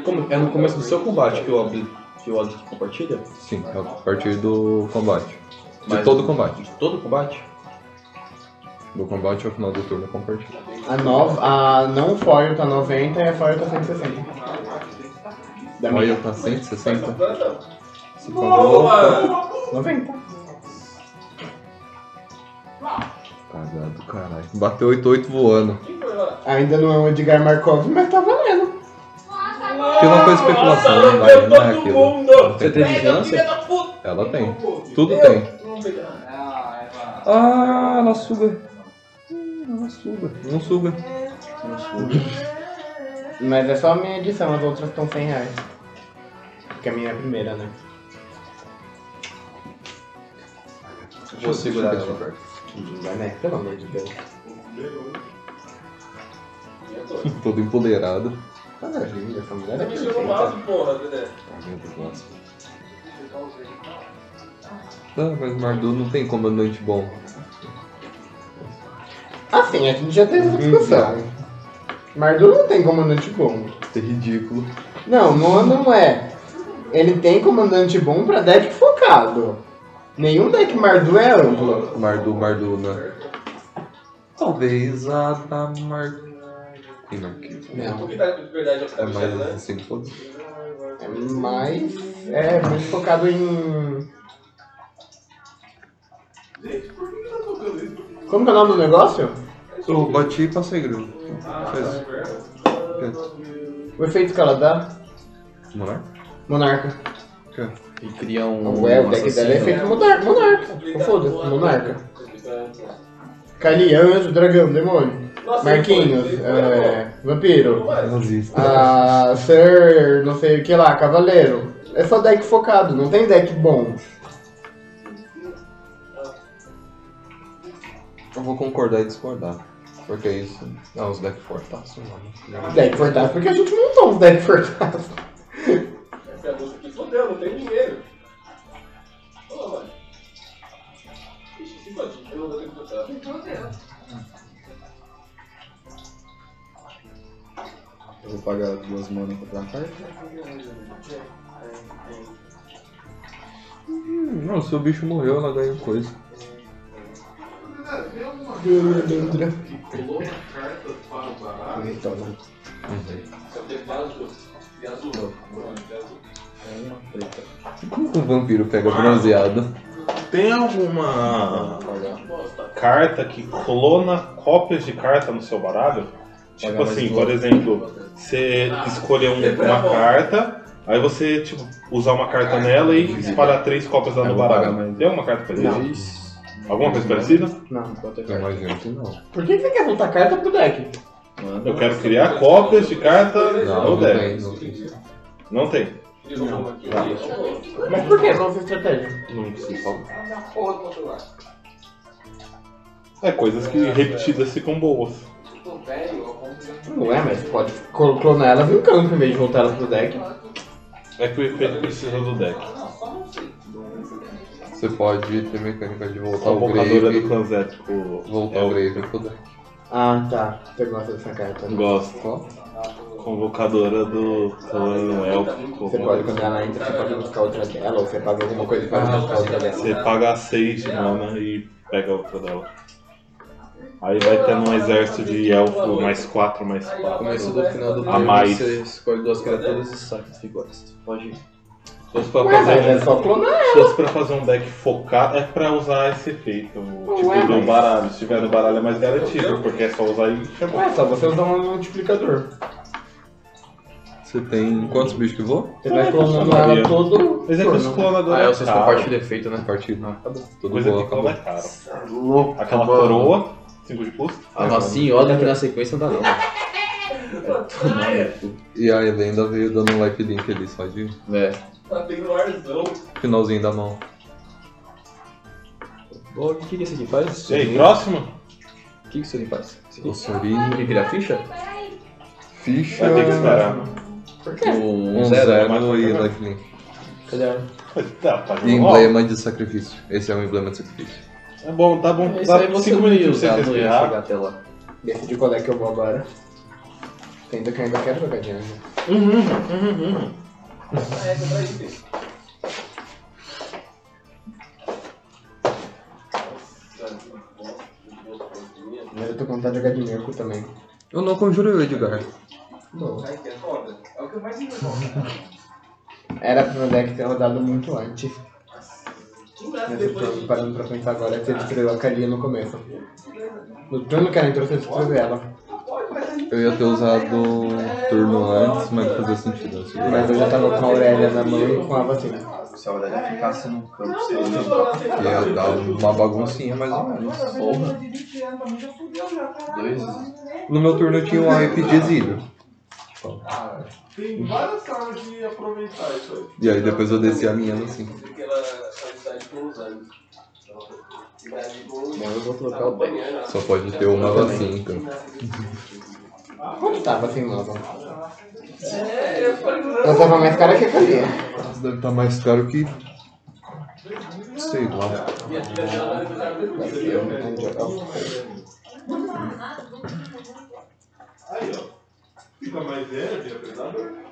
Speaker 7: Como- é no começo do seu combate que o Obli que o Obli compartilha?
Speaker 5: Sim, é a partir do combate. De
Speaker 7: Mas-
Speaker 5: todo combate.
Speaker 7: De todo combate?
Speaker 5: Do combate ao final do turno eu compartilho.
Speaker 1: A nova, a não foil tá 90 e a foil tá 160. Da minha.
Speaker 5: Olha, tá 160.
Speaker 11: Planta.
Speaker 5: Você falou.
Speaker 11: Boa!
Speaker 1: 90.
Speaker 5: Cagado, caralho. Bateu 88 voando.
Speaker 11: Quem foi lá?
Speaker 1: Ainda não é o Edgar Markov, mas tá valendo.
Speaker 5: Aquilo não foi especulação, não
Speaker 11: Nossa,
Speaker 5: vale, não é
Speaker 11: todo
Speaker 5: aquilo.
Speaker 11: mundo!
Speaker 5: Não
Speaker 7: Você
Speaker 5: tem.
Speaker 7: tem
Speaker 11: Pega,
Speaker 7: vigilância?
Speaker 11: filha da puta!
Speaker 5: Ela tem. Tudo tem.
Speaker 11: Vamos pegar.
Speaker 5: Ah, ela suga. Hum, Ela suga. Não suga.
Speaker 1: Mas é só a minha edição, as outras estão 100 reais. Porque a minha é a primeira, né?
Speaker 7: Vou segurar
Speaker 5: Deixa eu
Speaker 7: ela.
Speaker 5: ver.
Speaker 1: Não vai nessa, pelo amor de Deus.
Speaker 5: Todo empoderado.
Speaker 1: Maravilha, essa mulher é
Speaker 11: Você me tirou o vaso, porra, Dedé.
Speaker 5: Tá, mas Mardu não tem comandante bom.
Speaker 1: Assim, a gente já teve essa discussão. Mardu não tem comandante bom.
Speaker 5: Isso é ridículo.
Speaker 1: Não, não, não é. Ele tem comandante bom pra deck focado. Nenhum deck Mardu é amplo.
Speaker 5: Mardu, Marduna. Talvez a da Mar... Quem não quis?
Speaker 1: Não.
Speaker 11: O que tá de verdade é o que
Speaker 5: É
Speaker 11: tá me
Speaker 5: mais
Speaker 11: chamando, né?
Speaker 5: assim, foda-se.
Speaker 1: É mais. É muito focado em. Como que é o nome do negócio?
Speaker 5: Eu bati e passei grilo. Faz.
Speaker 1: O efeito que ela dá?
Speaker 5: Morar?
Speaker 1: Monarca.
Speaker 7: E cria um.
Speaker 1: Ué, o
Speaker 7: um
Speaker 1: deck dela é
Speaker 7: assassino.
Speaker 1: efeito monarca. Monarca. Então Foda-se, monarca. Kali, anjo, dragão, demônio.
Speaker 11: Nossa,
Speaker 1: Marquinhos,
Speaker 11: ele foi- ele foi-
Speaker 1: é, vampiro.
Speaker 5: Não existe.
Speaker 1: Ah, Sir, não sei o que lá, Cavaleiro. É só deck focado, não tem deck bom.
Speaker 5: Eu vou concordar e discordar. Porque é isso. Não, os decks fortaços, mano.
Speaker 1: Deck fortaço, porque a gente montou uns deck fortaço.
Speaker 11: Essa é a música que fodeu, não tem dinheiro. Ô, mano. Ixi, se fode, eu não vou ter que botar.
Speaker 7: Eu vou pagar duas manas pra comprar uma carta.
Speaker 5: Hum, não, seu bicho morreu, ela ganhou coisa.
Speaker 1: Beleza.
Speaker 11: Pulou uma carta para o baralho.
Speaker 1: Então, né?
Speaker 3: Tipo
Speaker 11: Só tem vaso e azul. Pronto, é azul.
Speaker 5: Como que um vampiro pega bronzeado?
Speaker 3: Tem alguma carta que clona cópias de carta no seu baralho? Tipo assim,
Speaker 7: um.
Speaker 3: por exemplo, você escolher um- uma carta, aí você tipo, usar uma carta nela e espalhar três cópias lá no baralho. Tem alguma carta parecida? Alguma coisa parecida?
Speaker 1: Não.
Speaker 5: Eu imagino que não.
Speaker 1: Por que você quer voltar carta pro deck?
Speaker 3: Eu quero criar cópias de carta
Speaker 5: Não,
Speaker 3: no
Speaker 5: não tem.
Speaker 3: deck.
Speaker 5: Não tem.
Speaker 3: Não Tá. tem.
Speaker 1: Mas por que? Qual a sua estratégia?
Speaker 3: Não sei qual. É coisas que repetidas ficam boas.
Speaker 1: Não é, mas pode cl- clonar elas no campo em vez de voltar elas pro deck.
Speaker 3: É que o efeito precisa do deck.
Speaker 5: Você pode ter mecânica de
Speaker 3: A
Speaker 5: voltar o
Speaker 3: convocadora do
Speaker 5: grave.
Speaker 3: clã Zético
Speaker 5: Voltar
Speaker 3: é
Speaker 5: o
Speaker 3: o
Speaker 5: grave pro deck.
Speaker 1: Ah, tá. Você gosta dessa carta. né?
Speaker 3: gosto.
Speaker 5: Qual?
Speaker 3: Convocadora do tipo, clã élfico.
Speaker 1: Você pode, quando ela entra, você pode buscar outra dela, ou você paga alguma coisa pra buscar outra dela.
Speaker 3: Você paga 6 de mana e pega outra dela. Aí vai tendo um exército de elfo mais 4, mais 4.
Speaker 7: Começo do final do
Speaker 3: A mais.
Speaker 7: você escolhe duas criaturas e sacrifica o resto. Pode ir.
Speaker 3: Se fosse pra
Speaker 1: Ué, mas
Speaker 3: fazer,
Speaker 1: é só clonar.
Speaker 3: se fosse pra fazer um deck focado, é pra usar esse efeito. Tipo do baralho. Se tiver no baralho é mais garantido, porque é só usar e chamar.
Speaker 1: Ué, é só você usar um multiplicador.
Speaker 5: Você tem quantos bichos que voam?
Speaker 1: Você
Speaker 7: É,
Speaker 1: vai clonando ela todo.
Speaker 3: Mas é que os
Speaker 1: turno. né?
Speaker 3: clonadores.
Speaker 7: Ah, é, vocês
Speaker 3: caro.
Speaker 7: compartilham efeito, né?
Speaker 5: Um Partido. Acabou. Tudo
Speaker 3: Coisa
Speaker 5: Ah, tá bom,
Speaker 3: que clona
Speaker 5: acabou.
Speaker 3: é caro.
Speaker 2: Louco.
Speaker 3: Aquela
Speaker 2: mano.
Speaker 3: coroa, 5 de custo.
Speaker 5: Ah,
Speaker 7: A vacinha, Assim, olha que na sequência não dá não.
Speaker 5: E a Helena veio dando um life link ali, só de
Speaker 7: É.
Speaker 11: Tá tendo arzão.
Speaker 5: finalzinho da mão.
Speaker 7: Bom, o que, que esse aqui faz?
Speaker 3: E aí, próximo?
Speaker 7: O que, que isso aqui faz? Isso
Speaker 5: O
Speaker 7: aqui?
Speaker 5: Sorine.
Speaker 7: Ele vira ficha?
Speaker 5: Ficha.
Speaker 3: Vai ter que esperar.
Speaker 7: Um
Speaker 5: Um
Speaker 7: zero.
Speaker 5: zero e life link.
Speaker 3: Tá, tá
Speaker 5: E emblema de sacrifício. Esse é o emblema de sacrifício.
Speaker 3: É bom, tá bom.
Speaker 7: Isso
Speaker 3: Dá
Speaker 7: aí você
Speaker 3: 5
Speaker 7: não tá ia
Speaker 3: minutos pra
Speaker 7: usar,
Speaker 3: você
Speaker 7: não ia
Speaker 3: respirar.
Speaker 7: chegar até lá.
Speaker 1: Decidi qual é que eu vou agora. Ainda que eu ainda quero jogar de anjo.
Speaker 7: Uhum,
Speaker 1: Mas eu tô com vontade de jogar de Mirko também.
Speaker 5: Eu não conjuro o Edgar.
Speaker 1: Bom,
Speaker 11: É foda. É o que eu mais me
Speaker 1: era pro meu deck ter rodado muito antes. Mas eu tô parando pra pensar agora que você destruiu a Kalia no começo. No turno que ela entrou, então você destruiu ela.
Speaker 5: Eu ia ter usado um turno antes, mas não fazia sentido. assim.
Speaker 1: Mas eu já tava com a Aurélia na mão e com a vacina.
Speaker 2: Se a Aurélia ficasse no campo, seria
Speaker 5: Que ia dar uma baguncinha mais ou menos.
Speaker 2: dois.
Speaker 5: No meu turno eu tinha um AFP de exílio.
Speaker 11: Tem várias formas de aproveitar isso aí.
Speaker 5: E aí depois eu desci a minha assim.
Speaker 11: Aquela amizade com os anos. Amizade com os
Speaker 7: Eu vou colocar o deck.
Speaker 11: companheiros.
Speaker 5: Só pode ter uma vacina, então.
Speaker 1: Quanto tava assim, nova?
Speaker 11: É, eu falei que
Speaker 1: Ela tava mais cara que a Kalia.
Speaker 5: Isso deve estar mais caro que. Sei lá.
Speaker 11: minha filha dela era cara do
Speaker 1: Mas
Speaker 11: Brasil,
Speaker 1: eu não
Speaker 11: né?
Speaker 1: tenho que jogar o fogo.
Speaker 11: Aí, ó. Fica mais leve, apesar do.